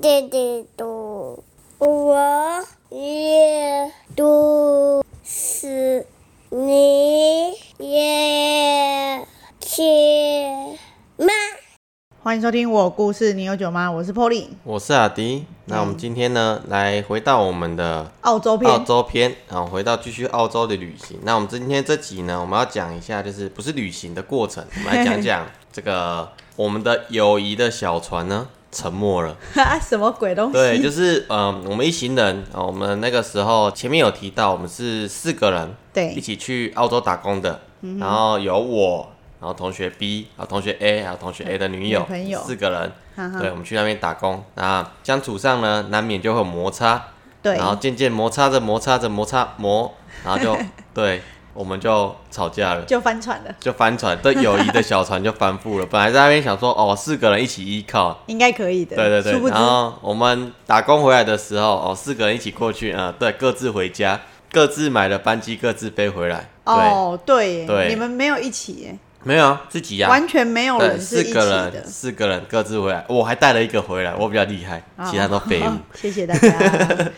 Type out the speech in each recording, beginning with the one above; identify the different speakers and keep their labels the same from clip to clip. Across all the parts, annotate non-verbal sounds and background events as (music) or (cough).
Speaker 1: 弟弟读，我也读诗，你也去吗？
Speaker 2: 欢迎收听我有故事，你有酒吗？我是 Polly，
Speaker 3: 我是阿迪。那我们今天呢，来回到我们的
Speaker 2: 澳洲片
Speaker 3: 澳洲篇，然后回到继续澳洲的旅行。那我们今天这集呢，我们要讲一下，就是不是旅行的过程，我们来讲讲这个我们的友谊的小船呢沉没了。
Speaker 2: 哈， (laughs) 什么鬼东西？
Speaker 3: (laughs) 对，就是嗯，我们一行人啊、我们那个时候前面有提到，我们是四个人，
Speaker 2: 对嗯
Speaker 3: 一起去澳洲打工的。然后有我，然后同学 B，然后同学 A，还有同学 A 的女
Speaker 2: 嗯
Speaker 3: 友，
Speaker 2: 女朋友
Speaker 3: 四个人。
Speaker 2: 哈哈
Speaker 3: 对，我们去那边打工，那相处上呢，难免就会有摩擦。
Speaker 2: 对
Speaker 3: 然后渐渐摩擦着摩擦着摩擦磨，然后
Speaker 2: (laughs)
Speaker 3: 就对，我们就吵架了。
Speaker 2: 就翻船了，
Speaker 3: 就翻船，对友谊的小船就翻覆了。本来在那边想说，哦，四个人一起依靠，
Speaker 2: 应该可以的。
Speaker 3: 对对
Speaker 2: 殊
Speaker 3: 对，
Speaker 2: 不知
Speaker 3: 然后我们打工回来的时候，哦，四个人一起过去，啊、对，各自回家，各自买了班机，各自飞回来。对，
Speaker 2: 哦，对耶，
Speaker 3: 对
Speaker 2: 你们没有一起耶，
Speaker 3: 没有啊，自己呀、
Speaker 2: 完全没有
Speaker 3: 对，
Speaker 2: 人是
Speaker 3: 四
Speaker 2: 一起
Speaker 3: 个
Speaker 2: 的
Speaker 3: 人，。四个人各自回来，我还带了一个回来，我比较厉害，其他都废物。
Speaker 2: 哦 (laughs) 谢谢大
Speaker 3: (laughs)
Speaker 2: 家。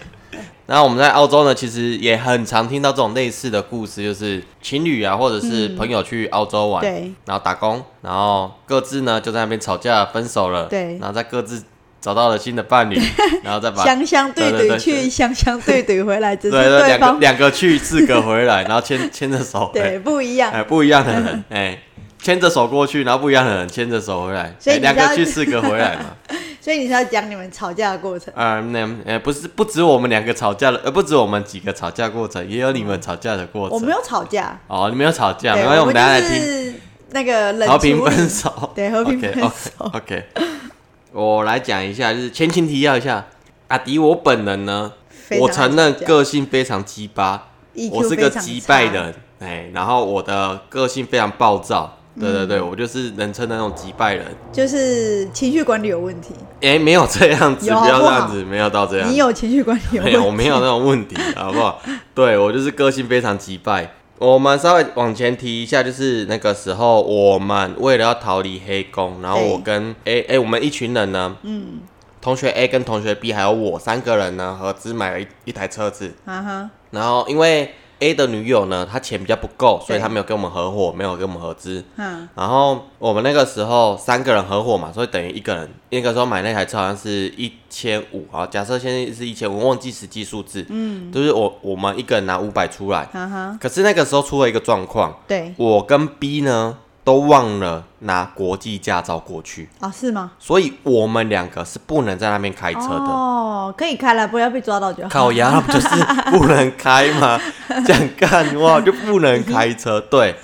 Speaker 3: 然后我们在澳洲呢，其实也很常听到这种类似的故事，就是情侣啊，或者是朋友去澳洲
Speaker 2: 嗯
Speaker 3: 玩，
Speaker 2: 对，
Speaker 3: 然后打工，然后各自呢就在那边吵架，分手了，
Speaker 2: 对
Speaker 3: 然后再各自找到了新的
Speaker 2: (laughs)
Speaker 3: 伴侣，然后再把
Speaker 2: 相相对
Speaker 3: 对
Speaker 2: 对去，相相对对回来，只
Speaker 3: 对
Speaker 2: 是
Speaker 3: 对对，两个
Speaker 2: 方
Speaker 3: 两个去，四个回来，然后牵 (laughs) 牵着手，
Speaker 2: 对
Speaker 3: 哎，
Speaker 2: 不嗯一样。
Speaker 3: 哎，不一样的人，哎，牵着手过去，然后不一样的人牵着手回来，
Speaker 2: 所以
Speaker 3: 哎
Speaker 2: 你
Speaker 3: 两
Speaker 2: 知道
Speaker 3: 个去，四个回来嘛。
Speaker 2: (laughs) 所以你是要讲你们吵架的过程。
Speaker 3: 呃，那呃，不是不止我们两个吵架了，呃，不止我们几个吵架过程，也有你们吵架的过
Speaker 2: 我
Speaker 3: 程。
Speaker 2: 没有吵架，
Speaker 3: 哦，你没有吵架，
Speaker 2: 对，
Speaker 3: 没关系，
Speaker 2: 我们
Speaker 3: 们等一下来
Speaker 2: 就
Speaker 3: 听
Speaker 2: 是那个冷
Speaker 3: 和平
Speaker 2: 处理
Speaker 3: 分手。
Speaker 2: 对和平分
Speaker 3: OK，OK，OK
Speaker 2: 手
Speaker 3: (laughs) OK，, 哦我来讲一下，就是前情提要一下，阿迪我本人呢，
Speaker 2: 非常
Speaker 3: 我承认
Speaker 2: 爱吵架
Speaker 3: 个性非常鸡巴
Speaker 2: EQ
Speaker 3: 我是个
Speaker 2: ，E 非常
Speaker 3: 击败
Speaker 2: 差
Speaker 3: 人，哎，然后我的个性非常暴躁，对对
Speaker 2: 嗯
Speaker 3: 对，我就是人称的那种击败人。
Speaker 2: 就是情绪管理有问题。
Speaker 3: 哎，没有这样子，
Speaker 2: 有好
Speaker 3: 不要
Speaker 2: 不
Speaker 3: 这样
Speaker 2: 好
Speaker 3: 子，没有到这样子。
Speaker 2: 你有情绪管理有问
Speaker 3: 啊没
Speaker 2: 题？
Speaker 3: 有，我没有那种问题，好不好？对我就是个性非常急败。我们稍微往前提一下，就是那个时候我们为了要逃离黑宫，然后
Speaker 2: 对
Speaker 3: 我跟 A A 我们一群人呢，嗯，同学 A 跟同学 B 还有我三个人呢，合资买了一一台车子，
Speaker 2: 啊 (laughs) 哈，
Speaker 3: 然后因为 A 的女友呢，她钱比较不够，所
Speaker 2: 对
Speaker 3: 以她没有跟我们合伙，没有跟我们合资，
Speaker 2: 嗯，
Speaker 3: 然后我们那个时候三个人合伙嘛，所以等于一个人那个时候买那台车好像是一千五啊，假设现在是一千五，忘记实际数字，嗯，就是我我们一个人拿五百出来，
Speaker 2: 哈哈，
Speaker 3: 可是那个时候出了一个状况，
Speaker 2: 对，
Speaker 3: 我跟 B 呢都忘了拿国际驾照过去，
Speaker 2: 啊、是吗？
Speaker 3: 所以我们两个是不能在那边开车的。
Speaker 2: 哦，可以开了，不要被抓到 (laughs) 就好。
Speaker 3: 烤鸭不就是不能开吗？这样干哇就不能开车，对，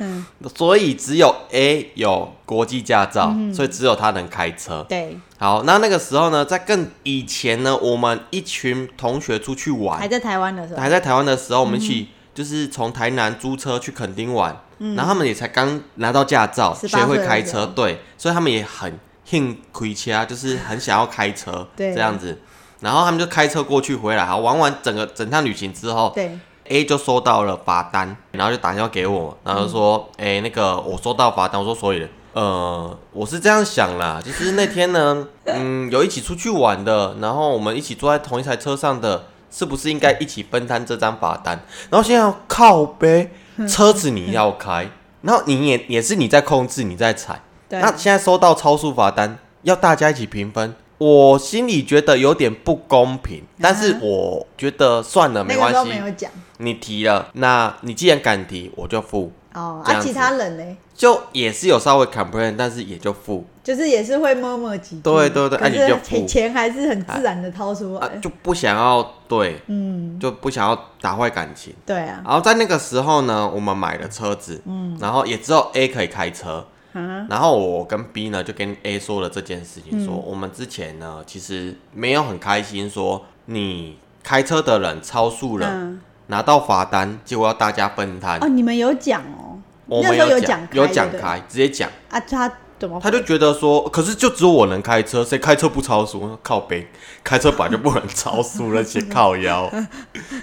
Speaker 3: 所以只有 A 有国际驾照，所以只有他能开车。
Speaker 2: 对，
Speaker 3: 好，那那个时候呢，在更以前呢，我们一群同学出去
Speaker 2: 还
Speaker 3: 玩，
Speaker 2: 在台湾的嗯时候，
Speaker 3: 哎还在台湾的时候，我们一起就是从台南租车去垦丁玩，然后他们也才刚拿到驾照，
Speaker 2: 18
Speaker 3: 学会
Speaker 2: 嗯岁
Speaker 3: 开
Speaker 2: 的时候
Speaker 3: 车，对，所以他们也很很开车，就是很想要开车，
Speaker 2: 对
Speaker 3: 这样子。然后他们就开车过去回来，好玩完整个整趟旅行之后
Speaker 2: 对，
Speaker 3: ，A 就收到了罚单，然后就打电话给我，然后就说：“
Speaker 2: 嗯
Speaker 3: 哎、那个我收到罚单。”我说：“所以嘞呃，我是这样想啦，就是那天呢，嗯，有一起出去玩的，然后我们一起坐在同一台车上的，是不是应该一起分摊这张罚单？然后现在靠背，
Speaker 2: 嗯
Speaker 3: 车子你要开，然后你也也是你在控制，你在踩。”
Speaker 2: 对，
Speaker 3: 那现在收到超速罚单，要大家一起平分，我心里觉得有点不公平，但是我觉得算了，没
Speaker 2: 啊那个
Speaker 3: 关
Speaker 2: 时候
Speaker 3: 系
Speaker 2: 没，有讲
Speaker 3: 你提了，那你既然敢提，我就付，
Speaker 2: 哦，
Speaker 3: 这
Speaker 2: 啊，
Speaker 3: 样子
Speaker 2: 其他人呢，
Speaker 3: 就也是有稍微 complain，但是也就付
Speaker 2: 就是也是会默默几句，
Speaker 3: 对对对
Speaker 2: 可
Speaker 3: 啊你就是
Speaker 2: 钱
Speaker 3: 付
Speaker 2: 钱还是很自然的掏出
Speaker 3: 啊
Speaker 2: 来，，
Speaker 3: 就不想要对，
Speaker 2: 嗯，
Speaker 3: 就不想要打坏感情。
Speaker 2: 对啊，
Speaker 3: 然后在那个时候呢，我们买了车子，嗯，然后也只有 A 可以开车，
Speaker 2: 啊，嗯
Speaker 3: 然后我跟 B 呢就跟 A 说了这件事情，说我们之前呢其实没有很开心，说你开车的人超速了，
Speaker 2: 嗯，
Speaker 3: 拿到罚单，结果要大家分摊。
Speaker 2: 哦，你们有讲哦，
Speaker 3: 我
Speaker 2: 那
Speaker 3: 们
Speaker 2: 时候
Speaker 3: 讲
Speaker 2: 讲，
Speaker 3: 有
Speaker 2: 讲
Speaker 3: 讲开，直接讲，
Speaker 2: 啊，他怎么
Speaker 3: 他就觉得说，可是就只有我能开车，谁开车不超速？我说靠北，开车本来就不能超速，那些靠
Speaker 2: (laughs)
Speaker 3: 腰，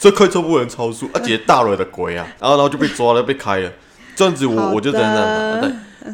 Speaker 3: 所以开车不能超速，而且大了的鬼啊啊，然后然后就被抓了，被开了，这样子
Speaker 2: 好
Speaker 3: 我
Speaker 2: 的
Speaker 3: 我就真的对，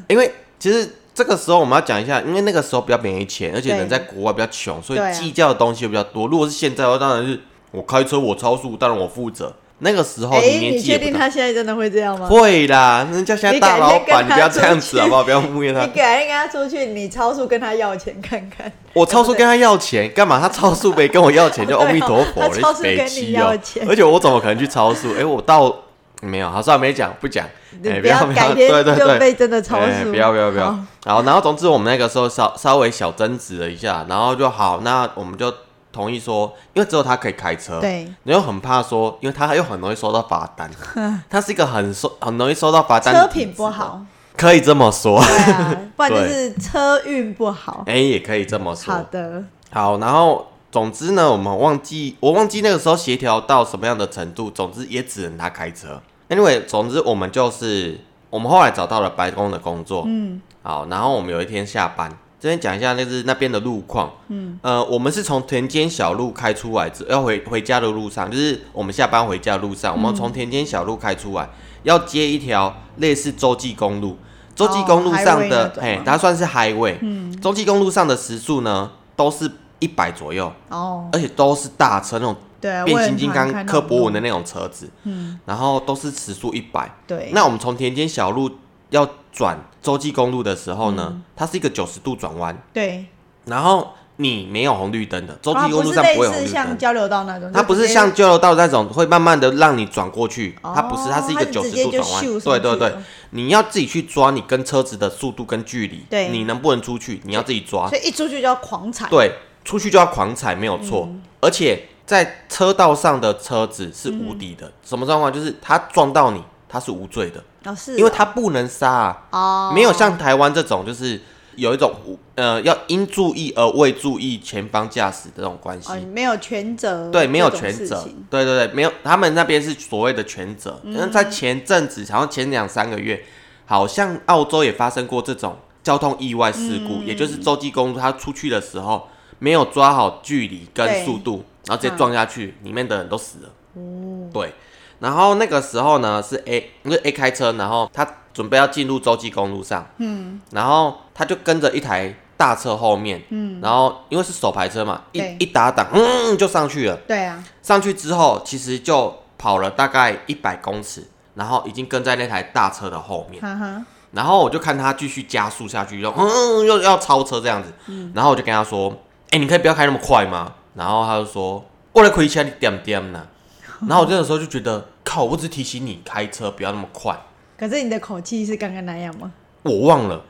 Speaker 3: 因为其实这个时候我们要讲一下，因为那个时候比较没钱，而且
Speaker 2: 对
Speaker 3: 人在国外比较穷，所
Speaker 2: 对
Speaker 3: 以
Speaker 2: 啊
Speaker 3: 计较的东西又比较多。如果是现在的话，当然是我开车我超速，当然我负责。那个时候
Speaker 2: 哎、
Speaker 3: 年
Speaker 2: 你
Speaker 3: 纪
Speaker 2: 确
Speaker 3: 也不
Speaker 2: 定
Speaker 3: 大，
Speaker 2: 他现在真的会这样吗？
Speaker 3: 会啦，人家现在
Speaker 2: 你
Speaker 3: 大
Speaker 2: 改
Speaker 3: 老
Speaker 2: 天跟
Speaker 3: 板，你
Speaker 2: 他
Speaker 3: 不要这样
Speaker 2: 出
Speaker 3: 子
Speaker 2: 去
Speaker 3: 好不好？不要污蔑他
Speaker 2: 你。改天跟他出去，你超速跟他要钱看看。
Speaker 3: 我超速跟他要钱干嘛？他超速没跟我要钱，就
Speaker 2: (laughs) 对哦
Speaker 3: 阿弥陀佛，
Speaker 2: 他超速
Speaker 3: 北
Speaker 2: 跟
Speaker 3: 七
Speaker 2: 你
Speaker 3: 哦
Speaker 2: 要钱
Speaker 3: 而且我怎么可能去超速？哎，我到没有，好，算了，没讲，
Speaker 2: (laughs)
Speaker 3: 不讲。
Speaker 2: 你
Speaker 3: 哎，
Speaker 2: 不要改
Speaker 3: 对
Speaker 2: 天
Speaker 3: 对对，
Speaker 2: 就被真的超
Speaker 3: 哎
Speaker 2: 速
Speaker 3: 不要不要不要
Speaker 2: 好。
Speaker 3: 好，然后总之我们那个时候稍稍微小争执了一下，然后就好，那我们就同意说，因为只有他可以开车，
Speaker 2: 对，
Speaker 3: 你又很怕说，因为他又很容易收到罚
Speaker 2: (laughs)
Speaker 3: 单，他是一个很收很容易收到罚单，
Speaker 2: 车品不，好，
Speaker 3: 可以这么说， (laughs)
Speaker 2: 对啊，不然就是车运不好。
Speaker 3: 哎，也可以这么说，
Speaker 2: 好的，
Speaker 3: 好，然后总之呢，我们忘记我忘记那个时候协调到什么样的程度，总之也只能他开车。Anyway，总之我们就是我们后来找到了白宫的工作，嗯，好，然后我们有一天下班，这边讲一下那是那边的路况，嗯，呃，我们是从田间小路开出来之，要回回家的路上，就是我们下班回家的路
Speaker 2: 嗯
Speaker 3: 上，我们从田间小路开出来，要接一条类似洲际公路。洲际
Speaker 2: 哦
Speaker 3: 公路上
Speaker 2: ，highway 那
Speaker 3: 的，
Speaker 2: 种
Speaker 3: 嘿
Speaker 2: 吗，嗯
Speaker 3: 它算是 highway。中继公路上的时速呢都是一百左右，
Speaker 2: 哦，
Speaker 3: 而且都是大车那种
Speaker 2: 对啊，
Speaker 3: 变形金
Speaker 2: 我也很常看
Speaker 3: 刚、
Speaker 2: 到
Speaker 3: 科博文的
Speaker 2: 那
Speaker 3: 那种车子，
Speaker 2: 嗯，
Speaker 3: 然后都是时速一百。
Speaker 2: 对，
Speaker 3: 那我们从田间小路要转洲际公路的时候
Speaker 2: 嗯
Speaker 3: 呢，它是一个九十度转弯，
Speaker 2: 对，
Speaker 3: 然后你没有红绿灯的，洲际
Speaker 2: 啊
Speaker 3: 公
Speaker 2: 不
Speaker 3: 路
Speaker 2: 是
Speaker 3: 上不会有
Speaker 2: 类
Speaker 3: 红
Speaker 2: 似
Speaker 3: 绿
Speaker 2: 像
Speaker 3: 灯。
Speaker 2: 交流道那种，
Speaker 3: 它
Speaker 2: 就
Speaker 3: 不是
Speaker 2: 直接
Speaker 3: 像交流道那种会慢慢的让你转过去，
Speaker 2: 哦
Speaker 3: 它不是，它是一个
Speaker 2: 它
Speaker 3: 九
Speaker 2: 直
Speaker 3: 十
Speaker 2: 接
Speaker 3: 度
Speaker 2: 就
Speaker 3: 转
Speaker 2: 咻
Speaker 3: 弯。对
Speaker 2: 上
Speaker 3: 对
Speaker 2: 去
Speaker 3: 对
Speaker 2: 了，
Speaker 3: 你要自己去抓你跟车子的速度跟距离，
Speaker 2: 对
Speaker 3: 你能不能出去，你要自己抓。
Speaker 2: 所以一出去就要狂踩，
Speaker 3: 对，出去就要狂踩，没有错。
Speaker 2: 嗯
Speaker 3: 而且在车道上的车子是无
Speaker 2: 嗯
Speaker 3: 敌的，什么状况？就是他撞到你，他是无罪的，
Speaker 2: 哦，是哦，
Speaker 3: 因为他不能杀、啊，
Speaker 2: 哦，
Speaker 3: 没有像台湾这种就是有一种无呃要因注意而未注意前方驾驶的这种关系。
Speaker 2: 哦，没有全责，
Speaker 3: 对，没有全责，对对对，没有，他们那边是所谓的全责。因为在前阵子，好像前两三个月，好像澳洲也发生过这种交通意外事故，也就是洲际公路它出去的时候没有抓好距离跟
Speaker 2: 对
Speaker 3: 速度，然后直接撞下去，里面的人都死了。对。然后那个时候呢，是 A，因为 A 开车，然后他准备要进入洲际公路上，嗯，然后他就跟着一台大车后面，嗯，然后因为是手排车嘛，一
Speaker 2: 对
Speaker 3: 一打档，嗯，就上去了。
Speaker 2: 对啊，
Speaker 3: 上去之后，其实就跑了大概一百公尺，然后已经跟在那台大车的后面，
Speaker 2: 哈哈，
Speaker 3: 然后我就看他继续加速下去，就嗯又要超车这样子，然后我就跟他说：“哎、你可以不要开那么快吗？”然后他就说：“我来亏钱你点点呢。” (laughs) 然后我这个时候就觉得，靠，我只是提醒你开车不要那么快，
Speaker 2: 可是你的口气是刚刚那样吗？
Speaker 3: 我忘了，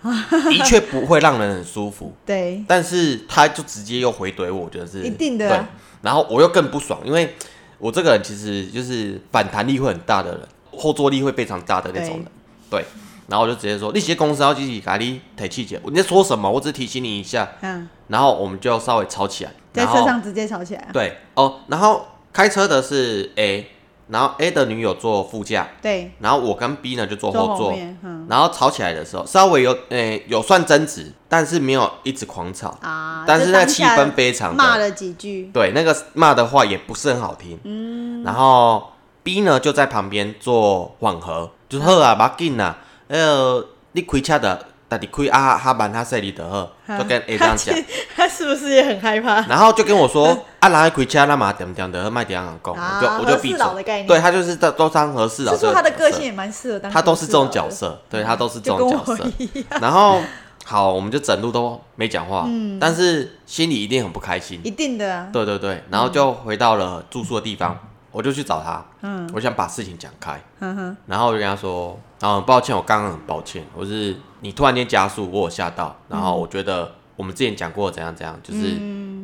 Speaker 3: 的确不会让人很舒服。
Speaker 2: 对，
Speaker 3: 但是他就直接又回怼我，我觉得是
Speaker 2: 一定的
Speaker 3: 对
Speaker 2: 啊，
Speaker 3: 然后我又更不爽，因为我这个人其实就是反弹力会很大的人，后坐力会非常大的那种人。对，然后我就直接说：“你些公司要自己咖喱提气节，你在说什么？我只提醒你一下。
Speaker 2: 嗯，”
Speaker 3: 然后我们就稍微吵起来，
Speaker 2: 在
Speaker 3: 然
Speaker 2: 车
Speaker 3: 后
Speaker 2: 上直接吵起来啊，
Speaker 3: 对哦，然后开车的是 A，然后 A 的女友坐副驾，
Speaker 2: 对，
Speaker 3: 然后我跟 B 呢就坐
Speaker 2: 坐
Speaker 3: 后
Speaker 2: 后
Speaker 3: 座。
Speaker 2: 面，嗯
Speaker 3: 然后吵起来的时候，稍微有诶、有算争执，但是没有一直狂吵。
Speaker 2: 啊，
Speaker 3: 但是
Speaker 2: 就
Speaker 3: 那
Speaker 2: 当
Speaker 3: 气
Speaker 2: 下
Speaker 3: 氛非常的
Speaker 2: 骂了几
Speaker 3: (laughs)
Speaker 2: 句，
Speaker 3: 对，那个骂的话也不是很好听。嗯，然后 B 呢就在旁边做缓和，就好啊，别紧啦，呃，你开车的，但你开啊哈慢哈细你的好，就跟 A 这样讲
Speaker 2: (laughs) 他。其，他是不是也很害怕？
Speaker 3: 然后就跟我说 (laughs) 啊，然后开车那嘛点点的，卖点讲，我就
Speaker 2: 啊 (laughs)
Speaker 3: 我就
Speaker 2: 和
Speaker 3: 闭
Speaker 2: 事
Speaker 3: 嘴
Speaker 2: 佬的概。念
Speaker 3: 对他就是在都当合适佬
Speaker 2: 是
Speaker 3: 这角色。
Speaker 2: 说他的个性也蛮适合当，
Speaker 3: 他都是这种角，色，对他都是这种角
Speaker 2: 就
Speaker 3: 色
Speaker 2: 跟我一。
Speaker 3: 然后好，我们就整路都没讲话，
Speaker 2: 嗯
Speaker 3: 但是心里一定很不开心。
Speaker 2: 一定的啊，
Speaker 3: 对对对，然后就回到了住宿的地方，我就去找他，
Speaker 2: 嗯
Speaker 3: 我想把事情讲开，
Speaker 2: 哼嗯哼，
Speaker 3: 然后我就跟他说，啊，很抱歉，我刚刚很抱歉，我是你突然间加速，我有吓到，然后我觉得我们之前讲过怎样怎样，就是、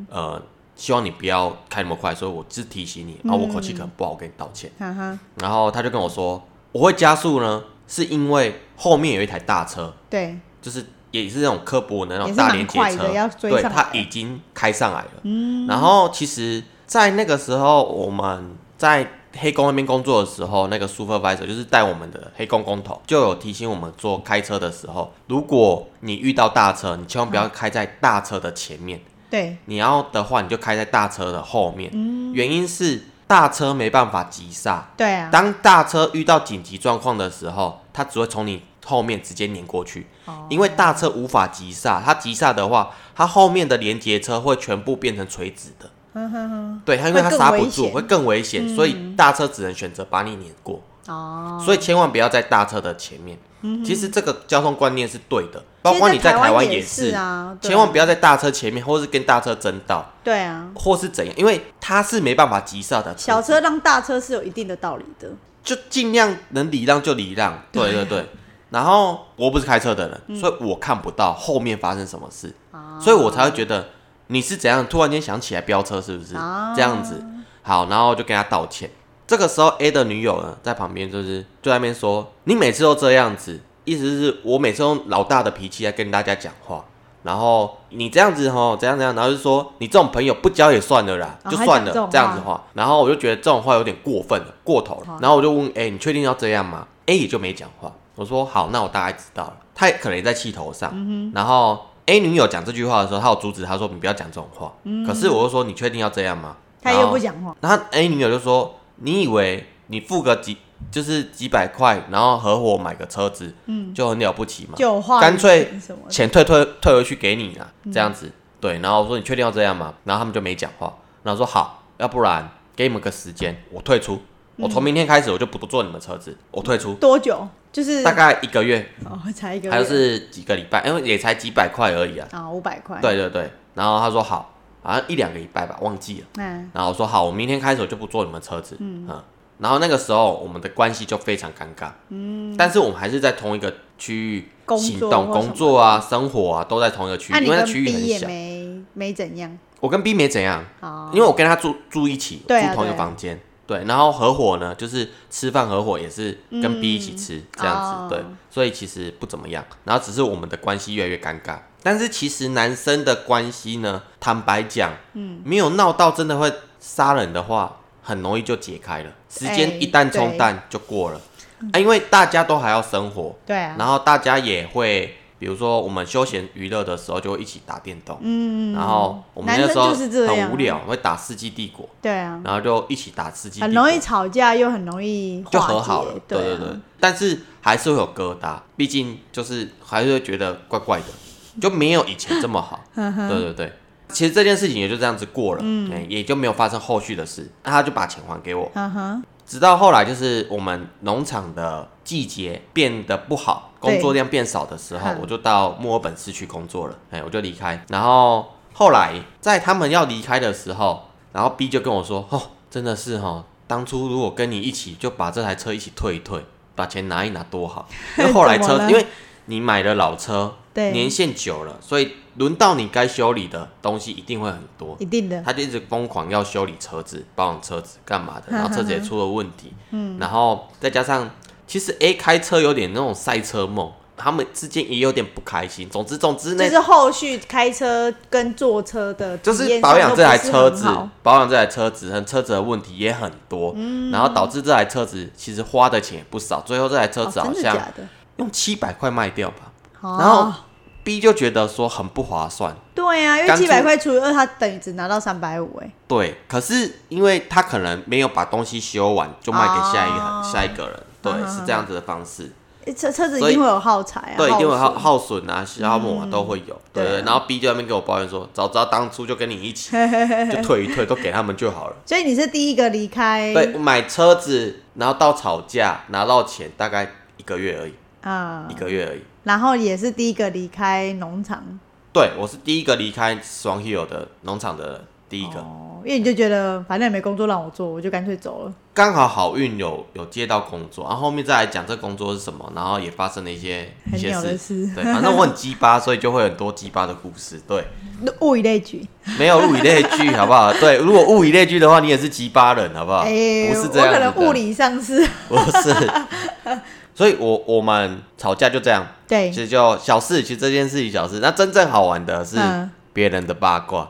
Speaker 3: 呃，希望你不要开那么快，所以我只提醒你，啊，我口气可能不好，我跟你道歉。
Speaker 2: 哈哈，
Speaker 3: 然后他就跟我说，我会加速呢，是因为后面有一台大车，
Speaker 2: 对，
Speaker 3: 就是也是那种科博的那
Speaker 2: 也
Speaker 3: 种
Speaker 2: 是
Speaker 3: 大
Speaker 2: 蛮
Speaker 3: 连接
Speaker 2: 快的嗯
Speaker 3: 车，
Speaker 2: 要追
Speaker 3: 对，
Speaker 2: 上来
Speaker 3: 它
Speaker 2: 了
Speaker 3: 已经开上来了。然后其实，在那个时候我们在黑工那边工作的时候，那个 supervisor 就是带我们的黑工工头就有提醒我们做开车的时候，如果你遇到大车，你千万不要开在大车的前面，
Speaker 2: 对，
Speaker 3: 你要的话你就开在大车的后面。
Speaker 2: 嗯
Speaker 3: 原因是大车没办法急刹，
Speaker 2: 对啊，
Speaker 3: 当大车遇到紧急状况的时候，它只会从你后面直接碾过去，
Speaker 2: 哦
Speaker 3: 因为大车无法急刹，它急刹的话，它后面的连接车会全部变成垂直的。对，它因为它
Speaker 2: 嗯会更
Speaker 3: 刹不
Speaker 2: 危
Speaker 3: 住，
Speaker 2: 险嗯
Speaker 3: 会更危险，所以大车只能选择把你碾过。
Speaker 2: 哦，嗯
Speaker 3: 所以千万不要在大车的前面。其实这个交通观念是对的，包括你在台湾也
Speaker 2: 其实在台湾也是啊对
Speaker 3: 千万不要在大车前面，或是跟大车争道，
Speaker 2: 对啊，
Speaker 3: 或是怎样，因为它是没办法急刹的。
Speaker 2: 小车让大车是有一定的道理的。
Speaker 3: 就尽量能礼让就礼让，对对对。然后我不是开车的人，
Speaker 2: 嗯
Speaker 3: 所以我看不到后面发生什么事，
Speaker 2: 啊
Speaker 3: 所以我才会觉得你是怎样突然间想起来飙车，是不是、
Speaker 2: 啊
Speaker 3: 这样子？好，然后就跟他道歉。这个时候 A 的女友呢，在旁边就是就在那边说：“你每次都这样子，意思是我每次用老大的脾气来跟大家讲话，然后你这样子吼，怎样怎样，然后就说你这种朋友不交也算了啦，
Speaker 2: 哦
Speaker 3: 就算
Speaker 2: 还讲
Speaker 3: 了
Speaker 2: 这种
Speaker 3: 这样子
Speaker 2: 话
Speaker 3: 话，哦然后我就觉得这种话有点过分了，过头了
Speaker 2: 好。
Speaker 3: 然后我就问 A，你确定要这样吗？A 也就没讲话。我说好，那我大概知道了。他也可能也在气头上。
Speaker 2: 嗯
Speaker 3: 然后 A 女友讲这句话的时候，他有阻止他说你不要讲这种话。可是我就说你确定要这样吗？
Speaker 2: 嗯他
Speaker 3: 然
Speaker 2: 又
Speaker 3: 后
Speaker 2: 不讲话，
Speaker 3: 然后 A 女友就说：“你以为你付个几就是几百块，然后合伙买个车子，嗯，就很了不起吗？
Speaker 2: 就有话语
Speaker 3: 干脆
Speaker 2: 权什么的嗯
Speaker 3: 钱退退退回去给你啦，这样子。对，然后我说你确定要这样吗？然后他们就没讲话。然后说好，要不然给你们个时间，我退出。我
Speaker 2: 嗯
Speaker 3: 从明天开始我就不坐你们车子，我退出。
Speaker 2: 多久？就是
Speaker 3: 大概一个月，
Speaker 2: 哦，才一个月，
Speaker 3: 还有是几个礼拜，因为也才几百块而已啊。
Speaker 2: 啊五百块，，
Speaker 3: 对对对，然后他说好，好像一两个礼拜吧，忘记了。
Speaker 2: 嗯，
Speaker 3: 然后我说好，我明天开始我就不坐你们车子，嗯然后那个时候我们的关系就非常尴尬，嗯，但是我们还是在同一个区域
Speaker 2: 工作
Speaker 3: 行动、
Speaker 2: 或什么
Speaker 3: 工作啊、生活啊，都在同一个区域，
Speaker 2: 那你
Speaker 3: 因为那
Speaker 2: 跟
Speaker 3: 区域
Speaker 2: B
Speaker 3: 很
Speaker 2: 也
Speaker 3: 小。
Speaker 2: 没没怎样，
Speaker 3: 我跟 B 没怎样，
Speaker 2: 哦，
Speaker 3: 因为我跟他住住一起，
Speaker 2: 对啊
Speaker 3: 住同一个
Speaker 2: 对啊
Speaker 3: 房间，对，然后合伙呢，就是吃饭合伙也是跟 B 一起吃、这样子，
Speaker 2: 哦
Speaker 3: 对，所以其实不怎么样，然后只是我们的关系越来越尴尬。但是其实男生的关系呢，坦白讲，嗯，没有闹到真的会杀人的话，很容易就解开了。时
Speaker 2: 哎
Speaker 3: 间一旦冲
Speaker 2: 对
Speaker 3: 淡就过了、啊，因为大家都还要生活，
Speaker 2: 对啊，
Speaker 3: 然后大家也会，比如说我们休闲娱乐的时候就会一起打电动，嗯，然后我们那时候
Speaker 2: 男生就是这样啊
Speaker 3: 很无聊，会打《世纪帝国》，
Speaker 2: 对啊，
Speaker 3: 然后就一起打《世纪帝国》，
Speaker 2: 很容易吵架，又很容易
Speaker 3: 就
Speaker 2: 化
Speaker 3: 和好
Speaker 2: 解
Speaker 3: 了，对
Speaker 2: 对
Speaker 3: 对
Speaker 2: 啊
Speaker 3: 对，但是还是会有疙瘩，毕竟就是还是会觉得怪
Speaker 2: (laughs)
Speaker 3: 怪的，就没有以前这么好，
Speaker 2: 嗯
Speaker 3: 对对对。其实这件事情也就这样子过了，嗯、也就没有发生后续的事。那他就把钱还给我，
Speaker 2: 嗯哼，
Speaker 3: 直到后来，就是我们农场的季节变得不好，
Speaker 2: 对
Speaker 3: 工作量变少的时候
Speaker 2: 嗯，
Speaker 3: 我就到墨尔本市区工作了。哎，我就离开。然后后来在他们要离开的时候，然后 B 就跟我说：“哦，真的是哦，当初如果跟你一起，就把这台车一起退一退，把钱拿一拿，多
Speaker 2: (laughs)
Speaker 3: 好。”因为后来
Speaker 2: 怎
Speaker 3: 车
Speaker 2: 么，了
Speaker 3: 因为你买了老车，
Speaker 2: 对
Speaker 3: 年限久了，所以轮到你该修理的东西一定会很多。
Speaker 2: 一定的，
Speaker 3: 他就一直疯狂要修理车子、保养车子
Speaker 2: (laughs)
Speaker 3: 干嘛的，然后车子也出了问题，嗯，然后再加上其实 A 开车有点那种赛车梦，他们之间也有点不开心。总之，总之那
Speaker 2: 就是后续开车跟坐车的体
Speaker 3: 就
Speaker 2: 验上都不是
Speaker 3: 是保养这台车
Speaker 2: 很
Speaker 3: 子
Speaker 2: 好，
Speaker 3: 保养这台车子和车子的问题也很多，
Speaker 2: 嗯
Speaker 3: 然后导致这台车子其实花的钱也不少，最后这台车子
Speaker 2: 哦
Speaker 3: 好
Speaker 2: 真的
Speaker 3: 像
Speaker 2: 假的？哦啊
Speaker 3: 用七百块卖掉吧，然
Speaker 2: 然
Speaker 3: 后 B 就觉得说很不划算，
Speaker 2: 对啊，因为
Speaker 3: 刚出
Speaker 2: 七百块除以二，他等于只拿到三百五哎，
Speaker 3: 对，可是因为他可能没有把东西修完，就卖给下一个、
Speaker 2: 哦
Speaker 3: 下一个人，对，是这样子的方式，
Speaker 2: 诶欸车车子一
Speaker 3: 所以
Speaker 2: 定会有耗材啊，
Speaker 3: 对，一定会
Speaker 2: 损嗯
Speaker 3: 耗耗损啊、消磨啊、都会有，对
Speaker 2: 对啊
Speaker 3: 然后 B 就在那边给我抱怨说，早知道当初就跟你一
Speaker 2: (laughs)
Speaker 3: 起，就退一退，都给他们就好了。
Speaker 2: 所以你是第一个离开，
Speaker 3: 对，买车子，然后到吵架拿到钱，大概一个月而已，
Speaker 2: 啊
Speaker 3: 一，个月而已。
Speaker 2: 然后也是第一个离开农场，
Speaker 3: 对，我是第一个离开双 hill 的农场的人第一个，
Speaker 2: 哦，因为你就觉得反正也没工作让我做，我就干脆走了。
Speaker 3: 刚好好运有有接到工作，然后后面再来讲这工作是什么，然后也发生了一些一
Speaker 2: 很
Speaker 3: 些
Speaker 2: 鸟的事
Speaker 3: 对，反正我很鸡巴，所以就会很多鸡巴的故事。对，
Speaker 2: 物以类聚，
Speaker 3: 没有物以类聚，好不好？对，如果物以类聚的话，你也是鸡巴人，好不好？
Speaker 2: 哎、
Speaker 3: 啊不
Speaker 2: 我
Speaker 3: 是这样
Speaker 2: 可
Speaker 3: 子的
Speaker 2: 能物理上是
Speaker 3: 不是。所以我我们吵架就这样，
Speaker 2: 对
Speaker 3: 其，实就小事，其实这件事情小事。那真正好玩的是
Speaker 2: 嗯哦
Speaker 3: 别人的八卦。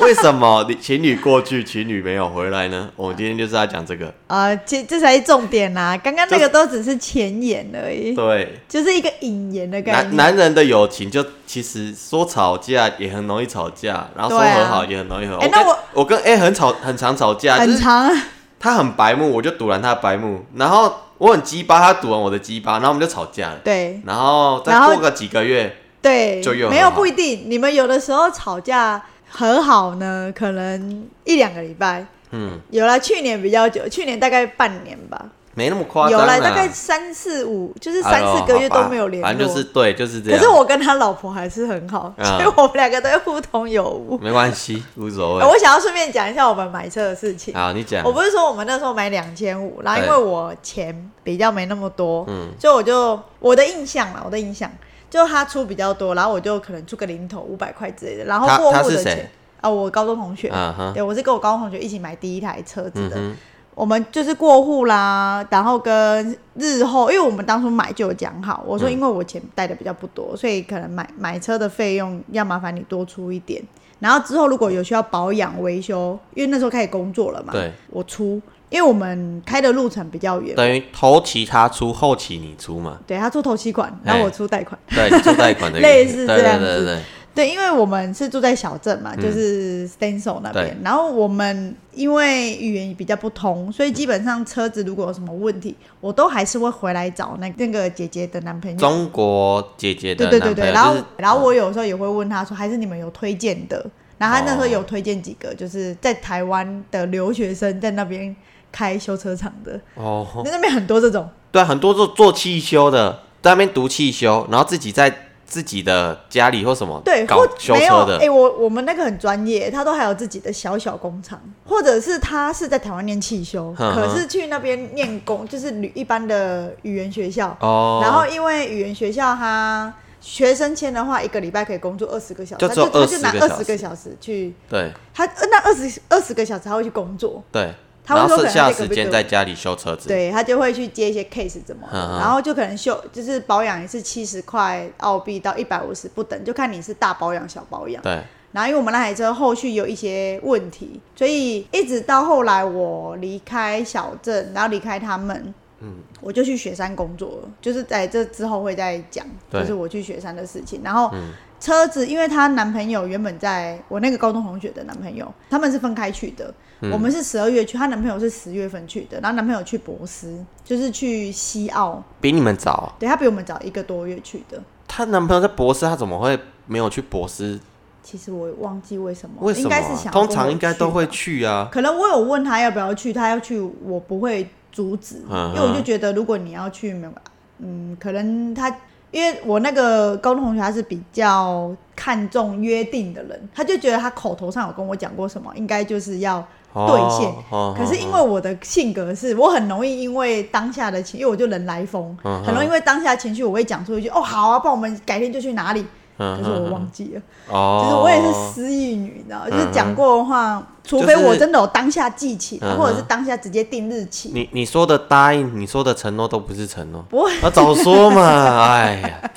Speaker 3: 为什么你情侣过去，情侣没有回来呢？我们今天就是要讲这个。
Speaker 2: 啊，这这才是重点啦、刚刚那
Speaker 3: 就
Speaker 2: 个都只是前言而已，
Speaker 3: 对。
Speaker 2: 就是一个引言的概
Speaker 3: 男
Speaker 2: 念。
Speaker 3: 男人的友情就其实说吵架也很容易吵架，然后说
Speaker 2: 对啊
Speaker 3: 和好也很容易和好。
Speaker 2: 哎
Speaker 3: 跟
Speaker 2: 那我
Speaker 3: 我跟 A 很吵很常吵架，就
Speaker 2: 很
Speaker 3: 是
Speaker 2: 长啊，
Speaker 3: 他很白目，我就堵拦他的白目，然后我很鸡巴，他堵完我的鸡巴，然后我们就吵架了。 (laughs)
Speaker 2: 对
Speaker 3: 然后再
Speaker 2: 然后
Speaker 3: 过个几个月，
Speaker 2: 对，
Speaker 3: 就又
Speaker 2: 没有
Speaker 3: 很好
Speaker 2: 不一定，你们有的时候吵架和好呢，可能一两个礼拜。
Speaker 3: 嗯，
Speaker 2: 有啦，去年比较久，去年大概半年吧，
Speaker 3: 没那么夸
Speaker 2: 有
Speaker 3: 张、啊。
Speaker 2: 啦，大概三四五，就是
Speaker 3: 哎
Speaker 2: 三
Speaker 3: 呦
Speaker 2: 四个月
Speaker 3: 好吧
Speaker 2: 都没有联络。
Speaker 3: 反正就是对，就是
Speaker 2: 可
Speaker 3: 这样。
Speaker 2: 是我跟他老婆还是很好，
Speaker 3: 嗯
Speaker 2: 所以我们两个都互通有无。
Speaker 3: 没关系，无所
Speaker 2: 哎
Speaker 3: 谓。
Speaker 2: 我想要顺便讲一下我们买车的事情。
Speaker 3: 好，你讲
Speaker 2: 我。不是说我们那时候买两千五，然后因为
Speaker 3: 对
Speaker 2: 我钱比较没那么多，
Speaker 3: 嗯
Speaker 2: 所以我就我的印象啦，我的印象就他出比较多，然后我就可能出个零头五百块之类的，然后
Speaker 3: 他
Speaker 2: 过
Speaker 3: 他
Speaker 2: 户
Speaker 3: 是
Speaker 2: 的
Speaker 3: 谁
Speaker 2: 钱啊，我高中同学，
Speaker 3: 嗯哼
Speaker 2: 对我是跟我高中同学一起买第一台车子
Speaker 3: 嗯
Speaker 2: 的，
Speaker 3: 哼，
Speaker 2: 我们就是过户啦，然后跟日后，因为我们当初买就有讲好，我说因为我钱带的比较不多，所以可能买买车的费用要麻烦你多出一点。然后之后如果有需要保养维修，因为那时候开始工作了嘛，
Speaker 3: 对，
Speaker 2: 我出，因为我们开的路程比较远，
Speaker 3: 等于头期他出，后期你出嘛？
Speaker 2: 对他出头期款，
Speaker 3: 哎
Speaker 2: 然后我出贷款，
Speaker 3: 对，你出
Speaker 2: (laughs)
Speaker 3: 贷款的
Speaker 2: 类似
Speaker 3: 对
Speaker 2: 这样子
Speaker 3: 对对对
Speaker 2: 对，因为我们是住在小镇嘛，就是 Stencil 那边
Speaker 3: 嗯对，
Speaker 2: 然后我们因为语言比较不通，所以基本上车子如果有什么问题，我都还是会回来找那那个姐姐的男朋
Speaker 3: 对，
Speaker 2: 友。
Speaker 3: 中国姐姐
Speaker 2: 对
Speaker 3: 的
Speaker 2: 对对
Speaker 3: 男朋友
Speaker 2: 对，然后、
Speaker 3: 就是嗯
Speaker 2: 然后我有时候也会问他说，还是你们有推荐的？然后他那时候
Speaker 3: 哦
Speaker 2: 有推荐几个，就是在台湾的留学生在那边开修车厂的，
Speaker 3: 哦，
Speaker 2: 那那边很多这种。
Speaker 3: 对，啊很多做做汽修的，在那边读汽修，然后自己在自己的家里或什么
Speaker 2: 对，
Speaker 3: 搞
Speaker 2: 或
Speaker 3: 修
Speaker 2: 没
Speaker 3: 车
Speaker 2: 有，
Speaker 3: 的
Speaker 2: 哎、，我我们那个很专业，他都还有自己的小小工厂，或者是他是在台湾念汽修，
Speaker 3: 哼
Speaker 2: 可是去那边念工，就是旅一般的语言学校。
Speaker 3: 哦，
Speaker 2: 然后因为语言学校他学生签的话，一个礼拜可以工作二十个小时，
Speaker 3: 就
Speaker 2: 他
Speaker 3: 只有
Speaker 2: 就他就拿
Speaker 3: 20个
Speaker 2: 二
Speaker 3: 小时
Speaker 2: 十个小时去，
Speaker 3: 对
Speaker 2: 他呃那二十二十个小时他会去工作，
Speaker 3: 对，
Speaker 2: 他会
Speaker 3: 然后
Speaker 2: 说可能
Speaker 3: 剩下的
Speaker 2: 这个
Speaker 3: 时
Speaker 2: 不
Speaker 3: 间
Speaker 2: 对
Speaker 3: 在家里修车子，
Speaker 2: 对他就会去接一些 case 怎么的，
Speaker 3: 嗯嗯
Speaker 2: 然后就可能修就是保养也是七十块澳币到一百五十不等，就看你是大保养小保养。
Speaker 3: 对
Speaker 2: 然后因为我们那台车后续有一些问题，所以一直到后来我离开小镇，然后离开他们，嗯，我就去雪山工作了，就是在这之后会再讲，
Speaker 3: 对嗯
Speaker 2: 就是我去雪山的事情。然后车子，因为她男朋友原本在我那个高中同学的男朋友，他们是分开去的，
Speaker 3: 嗯
Speaker 2: 我们是十二月去，她男朋友是十月份去的，然后男朋友去博斯，就是去西澳，
Speaker 3: 比你们早啊。
Speaker 2: 对他比我们早一个多月去的。
Speaker 3: 她男朋友在博士，她怎么会没有去博士？
Speaker 2: 其实我也忘记为什么，
Speaker 3: 为什
Speaker 2: 应
Speaker 3: 么啊、
Speaker 2: 该是想要
Speaker 3: 通
Speaker 2: 跟
Speaker 3: 常
Speaker 2: 我
Speaker 3: 应该都
Speaker 2: 去
Speaker 3: 会
Speaker 2: 吧
Speaker 3: 去啊。
Speaker 2: 可能我有问他要不要去，他要去，我不会阻止，
Speaker 3: 嗯哼
Speaker 2: 因为我就觉得如果你要去，没有，嗯，可能他，因为我那个高中同学他是比较看重约定的人，他就觉得他口头上有跟我讲过什么，应该就是要兑现。
Speaker 3: 哦哦
Speaker 2: 可是因为我的性格是我很容易因为当下的情，因为我就人来疯，
Speaker 3: 嗯哼
Speaker 2: 很容易因为当下情绪，我会讲出一句哦好啊，不然我们改天就去哪里。
Speaker 3: 嗯
Speaker 2: 可是我忘记了。
Speaker 3: 哦，嗯
Speaker 2: 就是我也是失忆女，你知道，就是讲过的话，除
Speaker 3: 就是
Speaker 2: 非我真的有当下记起来，
Speaker 3: 嗯哼
Speaker 2: 或者是当下直接定日期。
Speaker 3: 你你说的答应，你说的承诺都不是承诺，
Speaker 2: 不会
Speaker 3: 啊，早说嘛！哎呀，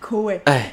Speaker 2: 哭哎、
Speaker 3: 哎，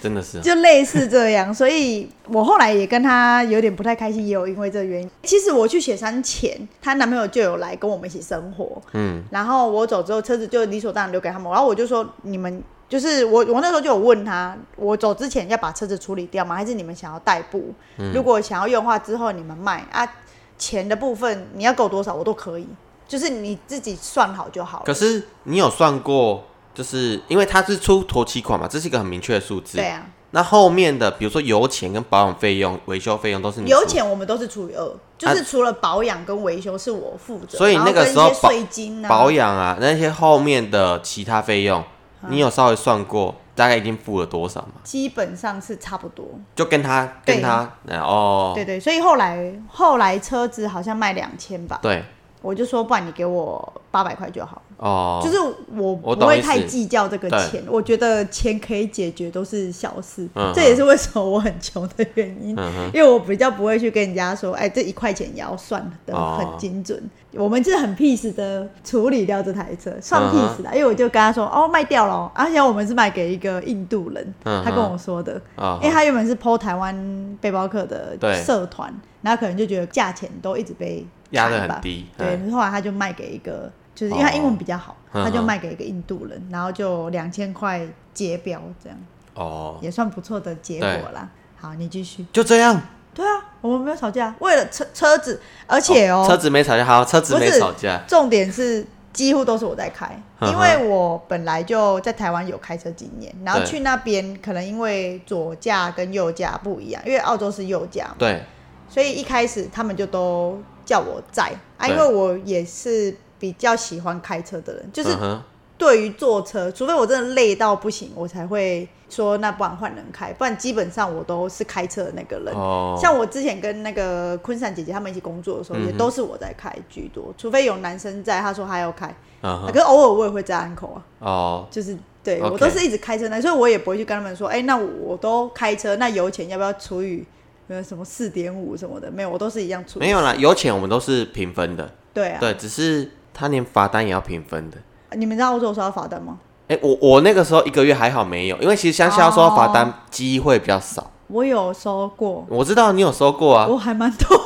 Speaker 3: 真的是啊
Speaker 2: 就类似这样，所以我后来也跟他有点不太开心，也有因为这个原因。其实我去雪山前，她男朋友就有来跟我们一起生活，
Speaker 3: 嗯，
Speaker 2: 然后我走之后，车子就理所当然留给他们，然后我就说你们。就是我，我那时候就有问他，我走之前要把车子处理掉吗？还是你们想要代步？
Speaker 3: 嗯
Speaker 2: 如果想要用的话，之后你们卖啊，钱的部分你要给我多少，我都可以，就是你自己算好就好了。
Speaker 3: 可是你有算过，就是因为它是出头期款嘛，这是一个很明确的数字。
Speaker 2: 对。啊，
Speaker 3: 那后面的，比如说油钱跟保养费用、维修费用都是你
Speaker 2: 油
Speaker 3: 出，
Speaker 2: 钱我们都是除以二，就是除了保养跟维修是我负责，
Speaker 3: 所以
Speaker 2: 然后
Speaker 3: 那个
Speaker 2: 跟一
Speaker 3: 时候
Speaker 2: 些
Speaker 3: 保
Speaker 2: 税金啊，
Speaker 3: 保养啊那些后面的其他费用，
Speaker 2: 嗯
Speaker 3: 你有稍微算过大概已经付了多少吗？
Speaker 2: 基本上是差不多。
Speaker 3: 就跟他
Speaker 2: 对
Speaker 3: 跟他呃哦，
Speaker 2: 对对，所以后来后来车子好像卖两千吧，
Speaker 3: 对
Speaker 2: 我就说不然你给我八百块就好，
Speaker 3: 哦，
Speaker 2: 就是我不
Speaker 3: 我懂
Speaker 2: 会
Speaker 3: 意思
Speaker 2: 太计较这个
Speaker 3: 对
Speaker 2: 钱，我觉得钱可以解决都是小事，
Speaker 3: 嗯
Speaker 2: 这也是为什么我很穷的原因，
Speaker 3: 嗯哼
Speaker 2: 因为我比较不会去跟人家说，哎，这一块钱也要算的
Speaker 3: 哦
Speaker 2: 很精准。我们是很 peace 的处理掉这台车，算
Speaker 3: 嗯
Speaker 2: peace 的，因为我就跟他说，哦，卖掉了哦，而且我们是卖给一个印度人，
Speaker 3: 嗯哼
Speaker 2: 他跟我说的，
Speaker 3: 啊
Speaker 2: 因为他原本是 PO 台湾背包客的
Speaker 3: 对
Speaker 2: 社团，然后可能就觉得价钱都一直被
Speaker 3: 压得
Speaker 2: 砍吧
Speaker 3: 很低
Speaker 2: 对，
Speaker 3: 嗯
Speaker 2: 后来他就卖给一个，就是因为他英文比较好，
Speaker 3: 嗯哼
Speaker 2: 他就卖给一个印度人，然后就两千块结标，这样
Speaker 3: 哦，
Speaker 2: 也算不错的结果啦。好，你继续。
Speaker 3: 就这样。
Speaker 2: 对啊，我们没有吵架，为了车车子，而且哦，
Speaker 3: 车子没吵架，好，车子
Speaker 2: 不
Speaker 3: 没
Speaker 2: 是
Speaker 3: 吵架，
Speaker 2: 重点是几乎都是我在开，
Speaker 3: 呵呵
Speaker 2: 因为我本来就在台湾有开车经验，然后
Speaker 3: 对
Speaker 2: 去那边可能因为左驾跟右驾不一样，因为澳洲是右驾嘛，
Speaker 3: 对，
Speaker 2: 所以一开始他们就都叫我在啊，因
Speaker 3: 对
Speaker 2: 为我也是比较喜欢开车的人，就是
Speaker 3: 嗯哼
Speaker 2: 对于坐车，除非我真的累到不行，我才会说那不然换人开，不然基本上我都是开车的那个人。
Speaker 3: 哦，嗯
Speaker 2: 像我之前跟那个昆散姐姐他们一起工作的时候，也都是我在开居多，除非有男生在，他说他要开，
Speaker 3: 嗯
Speaker 2: 啊
Speaker 3: 哼
Speaker 2: 可是偶尔我也会在安口啊，
Speaker 3: 哦，
Speaker 2: 就是对
Speaker 3: OK
Speaker 2: 我都是一直开车那，所以我也不会去跟他们说，哎、那我都开车，那油钱要不要除以呃什么四点五什么的？没有，我都是一样除。
Speaker 3: 没有啦，油钱我们都是平分的，
Speaker 2: 对啊，
Speaker 3: 对，只是他连罚单也要平分的。
Speaker 2: 你们知道澳洲有收到罚单吗？
Speaker 3: 哎、我我那个时候一个月还好没有，因为其实乡下要
Speaker 2: 哦
Speaker 3: 收到罚单机会比较少。
Speaker 2: 我有收过，
Speaker 3: 我知道你有收过啊，
Speaker 2: 我还蛮多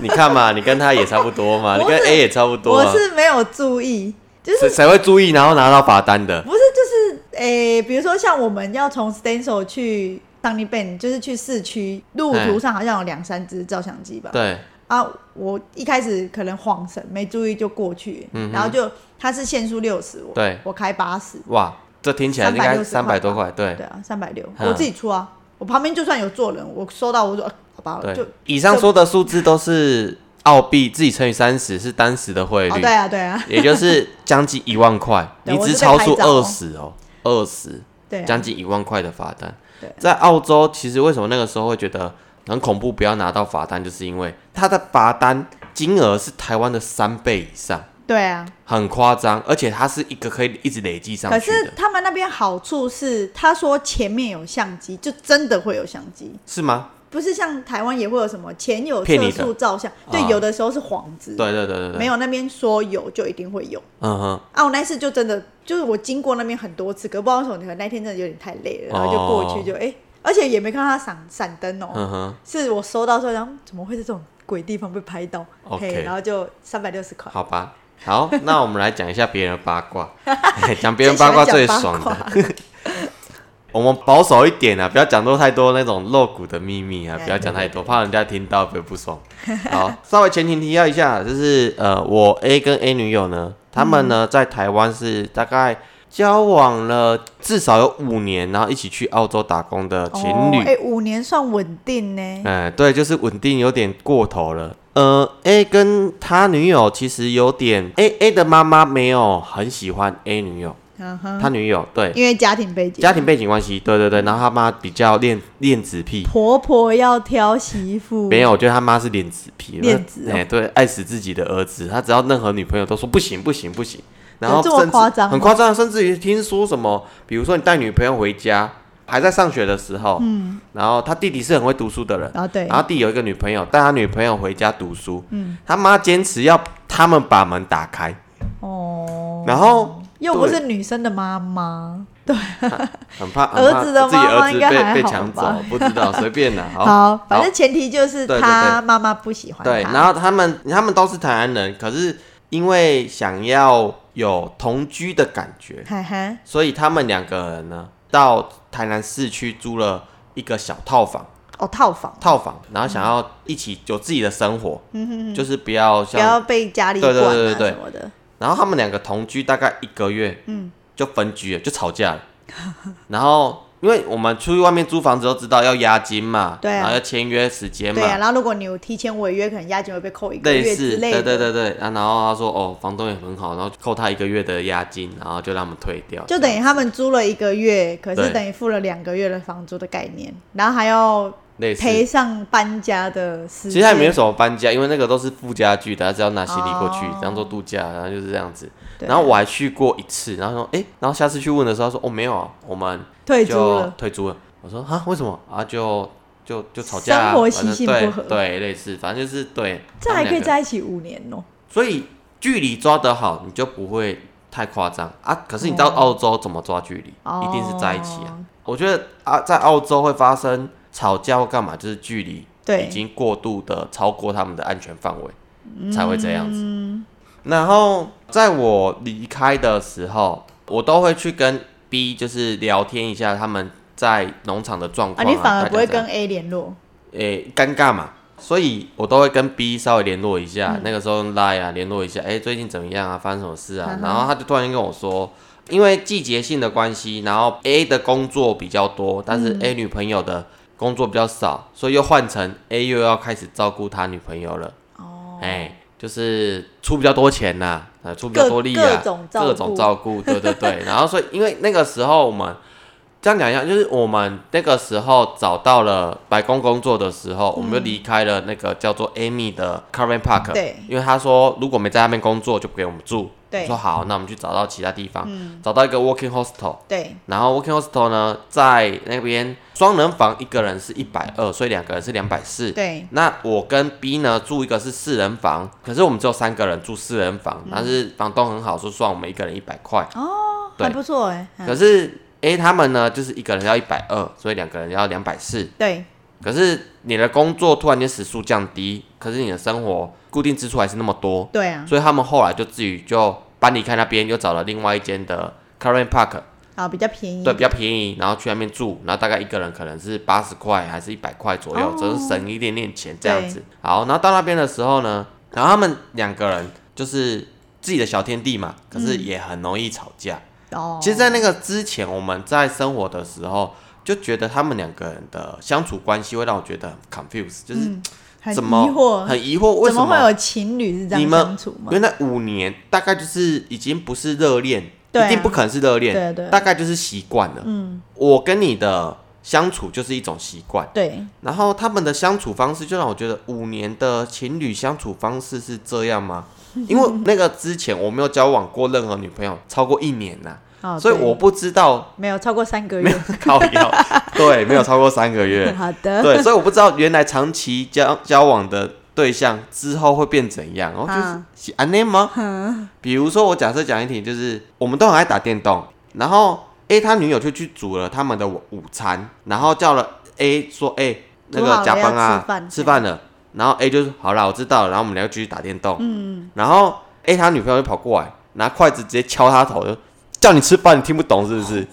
Speaker 3: 你看嘛，你跟他也差不多嘛，
Speaker 2: 我
Speaker 3: 你跟 A 也差不多
Speaker 2: 我
Speaker 3: 啊。
Speaker 2: 是没有注意，就是
Speaker 3: 谁谁会注意然后拿到罚单的？
Speaker 2: 不是就是诶、比如说像我们要从 Stencil 去 Sunny b a n 就是去市区，路途上好像有两三只照相机吧。
Speaker 3: 对，
Speaker 2: 啊，我一开始可能晃神，没注意就过去，
Speaker 3: 嗯哼
Speaker 2: 然后就它是限速六十，我
Speaker 3: 对
Speaker 2: 我开八十，
Speaker 3: 哇，这听起来应该三百
Speaker 2: 360
Speaker 3: 多块，对
Speaker 2: 对啊，三百六，
Speaker 3: 嗯
Speaker 2: 我自己出啊。我旁边就算有坐人，我收到我说、啊好吧，就
Speaker 3: 对。以上说的数字都是澳币自己乘以三十是当时的汇
Speaker 2: 哦
Speaker 3: 率
Speaker 2: 对，啊对啊
Speaker 3: 也就是将近一万块，
Speaker 2: 对
Speaker 3: 你
Speaker 2: 我
Speaker 3: 只
Speaker 2: 是被
Speaker 3: 超出
Speaker 2: 拍照
Speaker 3: 二
Speaker 2: 哦
Speaker 3: 十哦，二十。
Speaker 2: 对啊
Speaker 3: 将近一万块的罚单
Speaker 2: 对啊。
Speaker 3: 在澳洲，其实为什么那个时候会觉得很恐怖，不要拿到罚单，就是因为它的罚单金额是台湾的三倍以上，
Speaker 2: 对啊。
Speaker 3: 很夸张，而且它是一个可以一直累积上
Speaker 2: 可
Speaker 3: 去
Speaker 2: 是
Speaker 3: 的，
Speaker 2: 他们那边好处是，他说前面有相机，就真的会有相机。
Speaker 3: 是吗？
Speaker 2: 不是像台湾也会有什么前有
Speaker 3: 骗你
Speaker 2: 色
Speaker 3: 的
Speaker 2: 素照相，对，
Speaker 3: 啊
Speaker 2: 有的时候是幌子，
Speaker 3: 对对对对对，
Speaker 2: 没
Speaker 3: 有，
Speaker 2: 有那边说有就一定会有。
Speaker 3: 嗯哼，
Speaker 2: 啊，我那次就真的就是我经过那边很多次，可不知道为什么可能那天真的有点太
Speaker 3: 哦
Speaker 2: 累了，然后就过去就哎、而且也没看到他闪闪灯哦，
Speaker 3: 嗯哼，
Speaker 2: 是我收到说然后怎么会在这种鬼地方被拍到
Speaker 3: OK
Speaker 2: 嘿然后就三百六十块。
Speaker 3: 好吧。
Speaker 2: (laughs)
Speaker 3: 好，那我们来讲一下别人的八卦，讲别人八卦最
Speaker 2: 最喜欢
Speaker 3: 爽
Speaker 2: 讲八
Speaker 3: 的
Speaker 2: 卦。
Speaker 3: (laughs) 我们保守一点啊，不要讲多太多那种露骨的秘密啊，
Speaker 2: 哎
Speaker 3: 不要讲太多，怕人家听到会不爽。好，稍微前情提要一下，就是呃，我 A 跟 A 女友呢，他们
Speaker 2: 嗯
Speaker 3: 呢在台湾是大概交往了至少有五年，然后一起去澳洲打工的情
Speaker 2: 哦哎、
Speaker 3: 侣。
Speaker 2: 五年算稳定呢。
Speaker 3: 哎、对，就是稳定有点过头了。呃，A 跟他女友其实有点，A A 的妈妈没有很喜欢 A 女友，
Speaker 2: 嗯哼，
Speaker 3: 他女友对
Speaker 2: 因为家庭背景，
Speaker 3: 家庭背景关系，对对对，然后他妈比较恋恋子癖，
Speaker 2: 婆婆要挑媳妇，
Speaker 3: 没有，我觉得他妈是恋子癖，
Speaker 2: 恋子哦
Speaker 3: 哎、对，爱死自己的儿子，他只要任何女朋友都说不行不行不行，然
Speaker 2: 有
Speaker 3: 后
Speaker 2: 这么
Speaker 3: 甚至
Speaker 2: 夸张吗
Speaker 3: 很夸张，甚至于听说什么，比如说你带女朋友回家，还在上学的时候，嗯，然后他弟弟是很会读书的人，
Speaker 2: 啊对
Speaker 3: 然后弟有一个女朋友，带他女朋友回家读书，嗯，他妈坚持要他们把门打开，
Speaker 2: 哦，
Speaker 3: 然后
Speaker 2: 又不
Speaker 3: 对
Speaker 2: 是女生的妈妈。
Speaker 3: 很怕很
Speaker 2: 儿
Speaker 3: 怕
Speaker 2: 子的
Speaker 3: 自己
Speaker 2: 妈妈
Speaker 3: 儿子
Speaker 2: 应该还
Speaker 3: 被被
Speaker 2: 好
Speaker 3: 抢走
Speaker 2: 吧，
Speaker 3: 不知道随便啦，
Speaker 2: (laughs)
Speaker 3: 好，
Speaker 2: 好，反
Speaker 3: 好
Speaker 2: 正前提就是
Speaker 3: 对对
Speaker 2: 他
Speaker 3: 对
Speaker 2: 妈妈不喜欢他。
Speaker 3: 对，然后他们他们都是台湾人，可是因为想要有同居的感觉，
Speaker 2: 嘿嘿，
Speaker 3: 所以他们两个人呢到台南市区租了一个小套房，
Speaker 2: 哦，套房，
Speaker 3: 套房，然后想要一起有自己的生活，就是不要
Speaker 2: 嗯不要
Speaker 3: 像，
Speaker 2: 被家里
Speaker 3: 对
Speaker 2: 管
Speaker 3: 对对
Speaker 2: 啊
Speaker 3: 对对
Speaker 2: 什么的。
Speaker 3: 然后他们两个同居大概一个月，嗯，就分居了，就吵架了，然后。因为我们出去外面租房子都知道要押金嘛，
Speaker 2: 对啊
Speaker 3: 然后要签约时间嘛，
Speaker 2: 对啊，然后如果你有提前违约，可能押金会被扣一个
Speaker 3: 类
Speaker 2: 月
Speaker 3: 似，
Speaker 2: 之类
Speaker 3: 对
Speaker 2: 的。
Speaker 3: 对对对啊，然后他说哦，房东也很好，然后扣他一个月的押金，然后就让他们退掉，
Speaker 2: 就等于他们租了一个月，可
Speaker 3: 对
Speaker 2: 是等于付了两个月的房租的概念，然后还要
Speaker 3: 类似。
Speaker 2: 赔上搬家的时间。
Speaker 3: 其实他也没有什么搬家，因为那个都是附家具的，他只要拿行李过去
Speaker 2: 哦
Speaker 3: 当做度假，然后就是这样子。
Speaker 2: 对啊
Speaker 3: 然后我还去过一次，然后说哎，然后下次去问的时候，他说哦没有啊，我们
Speaker 2: 退租
Speaker 3: 就
Speaker 2: 了，
Speaker 3: 退租了。我说啊为什么啊就就就吵架啊，
Speaker 2: 生活习
Speaker 3: 反正
Speaker 2: 性
Speaker 3: 对
Speaker 2: 不合
Speaker 3: 对类似，反正就是对。
Speaker 2: 这还可以
Speaker 3: 这样。
Speaker 2: 在一起五年哦、
Speaker 3: 所以距离抓得好，你就不会太夸张啊。可是你到澳洲怎么抓距离？
Speaker 2: 哦
Speaker 3: 一定是在一起啊。我觉得啊，在澳洲会发生吵架或干嘛，就是距离
Speaker 2: 对
Speaker 3: 已经过度的超过他们的安全范围，
Speaker 2: 嗯
Speaker 3: 才会这样子。然后在我离开的时候，我都会去跟 B 就是聊天一下他们在农场的状
Speaker 2: 啊，
Speaker 3: 况、
Speaker 2: 你反而不会
Speaker 3: 大家
Speaker 2: 跟
Speaker 3: 怎样
Speaker 2: A 联络，
Speaker 3: 诶、尴尬嘛，所以我都会跟 B 稍微联络一
Speaker 2: 嗯
Speaker 3: 下，那个时候 Line 啊联络一下，哎、最近怎么样啊，发生什么事
Speaker 2: 嗯
Speaker 3: 啊？然后他就突然间跟我说，因为季节性的关系，然后 A 的工作比较多，但
Speaker 2: 嗯
Speaker 3: 是 A 女朋友的工作比较少，所以又换成 A 又要开始照顾他女朋友了。哦，哎、就是出比较多钱呐、呃，出比较
Speaker 2: 各
Speaker 3: 多力
Speaker 2: 各
Speaker 3: 啊，
Speaker 2: 种照
Speaker 3: 各种
Speaker 2: 顾
Speaker 3: 照顾，对对对。然后所以因为那个时候我们这样讲一下，就是我们那个时候找到了白宫工作的时候，我们就离开了那个叫做 Amy 的 Caravan Park。
Speaker 2: 对
Speaker 3: 因为他说如果没在那边工作，就不给我们住。
Speaker 2: 对嗯
Speaker 3: 我说好，那我们去找到其他地方，找到一个 working hostel。
Speaker 2: 对，
Speaker 3: 然后 working hostel 呢，在那边双人房，一个人是一百二，所以两个人是两百四。
Speaker 2: 对
Speaker 3: 那我跟 B 呢住一个是四人房，可是我们只有三个人住四人房，
Speaker 2: 嗯
Speaker 3: 但是房东很好，说算我们一个人一百块。对
Speaker 2: 还不错哎、嗯
Speaker 3: 可是 A 他们呢，就是一个人要一百二，所以两个人要两百四。
Speaker 2: 对
Speaker 3: 可是你的工作突然间时速降低，可是你的生活固定支出还是那么多，
Speaker 2: 对啊，
Speaker 3: 所以他们后来就自己就搬离开那边，又找了另外一间的 Current Park，
Speaker 2: 啊比较便宜，
Speaker 3: 对，比较便宜，然后去那边住，然后大概一个人可能是八十块还是一百块左右，
Speaker 2: 哦
Speaker 3: 只是省一点点钱这样子。好，然后到那边的时候呢，然后他们两个人就是自己的小天地嘛，可
Speaker 2: 嗯
Speaker 3: 是也很容易吵架。
Speaker 2: 哦，
Speaker 3: 其实，在那个之前，我们在生活的时候就觉得他们两个人的相处关系会让我觉得很 confuse，就是
Speaker 2: 嗯很疑
Speaker 3: 怎么、
Speaker 2: 惑，
Speaker 3: 很疑惑，为
Speaker 2: 怎
Speaker 3: 什
Speaker 2: 会有情侣是这
Speaker 3: 你
Speaker 2: 样
Speaker 3: 们
Speaker 2: 相处吗？
Speaker 3: 原来五年大概就是已经不是热恋，
Speaker 2: 对啊
Speaker 3: 一定不可能是热恋，
Speaker 2: 对啊对
Speaker 3: 大概就是习惯了。嗯，我跟你的相处就是一种习惯，
Speaker 2: 对
Speaker 3: 然后他们的相处方式就让我觉得五年的情侣相处方式是这
Speaker 2: (laughs)
Speaker 3: 样吗？因为那个之前我没有交往过任何女朋友超过一年呐、
Speaker 2: 哦
Speaker 3: 所以
Speaker 2: 对
Speaker 3: 我不知道
Speaker 2: 没有超过三个
Speaker 3: 没
Speaker 2: 月
Speaker 3: 有，靠腰，对，没有超过三个
Speaker 2: (laughs)
Speaker 3: 月，
Speaker 2: 好的，
Speaker 3: 对，所以我不知道原来长期交交往的对象之后会变怎样，然后就是
Speaker 2: 嗯
Speaker 3: 喜安内吗？比如说我假设讲一题，就是我们都很爱打电动，然后 A 他女友就去煮了他们的午午餐，然后叫了 A 说，哎、那
Speaker 2: 煮好
Speaker 3: 个
Speaker 2: 了
Speaker 3: 加班
Speaker 2: 要
Speaker 3: 啊
Speaker 2: 吃，饭
Speaker 3: 吃饭了，然后 A 就说好啦，我知道了，然后我们俩就继续打电动，嗯，然后 A 他女朋友就跑过来，拿筷子直接敲他头，就叫你吃饭，你听不懂是不是？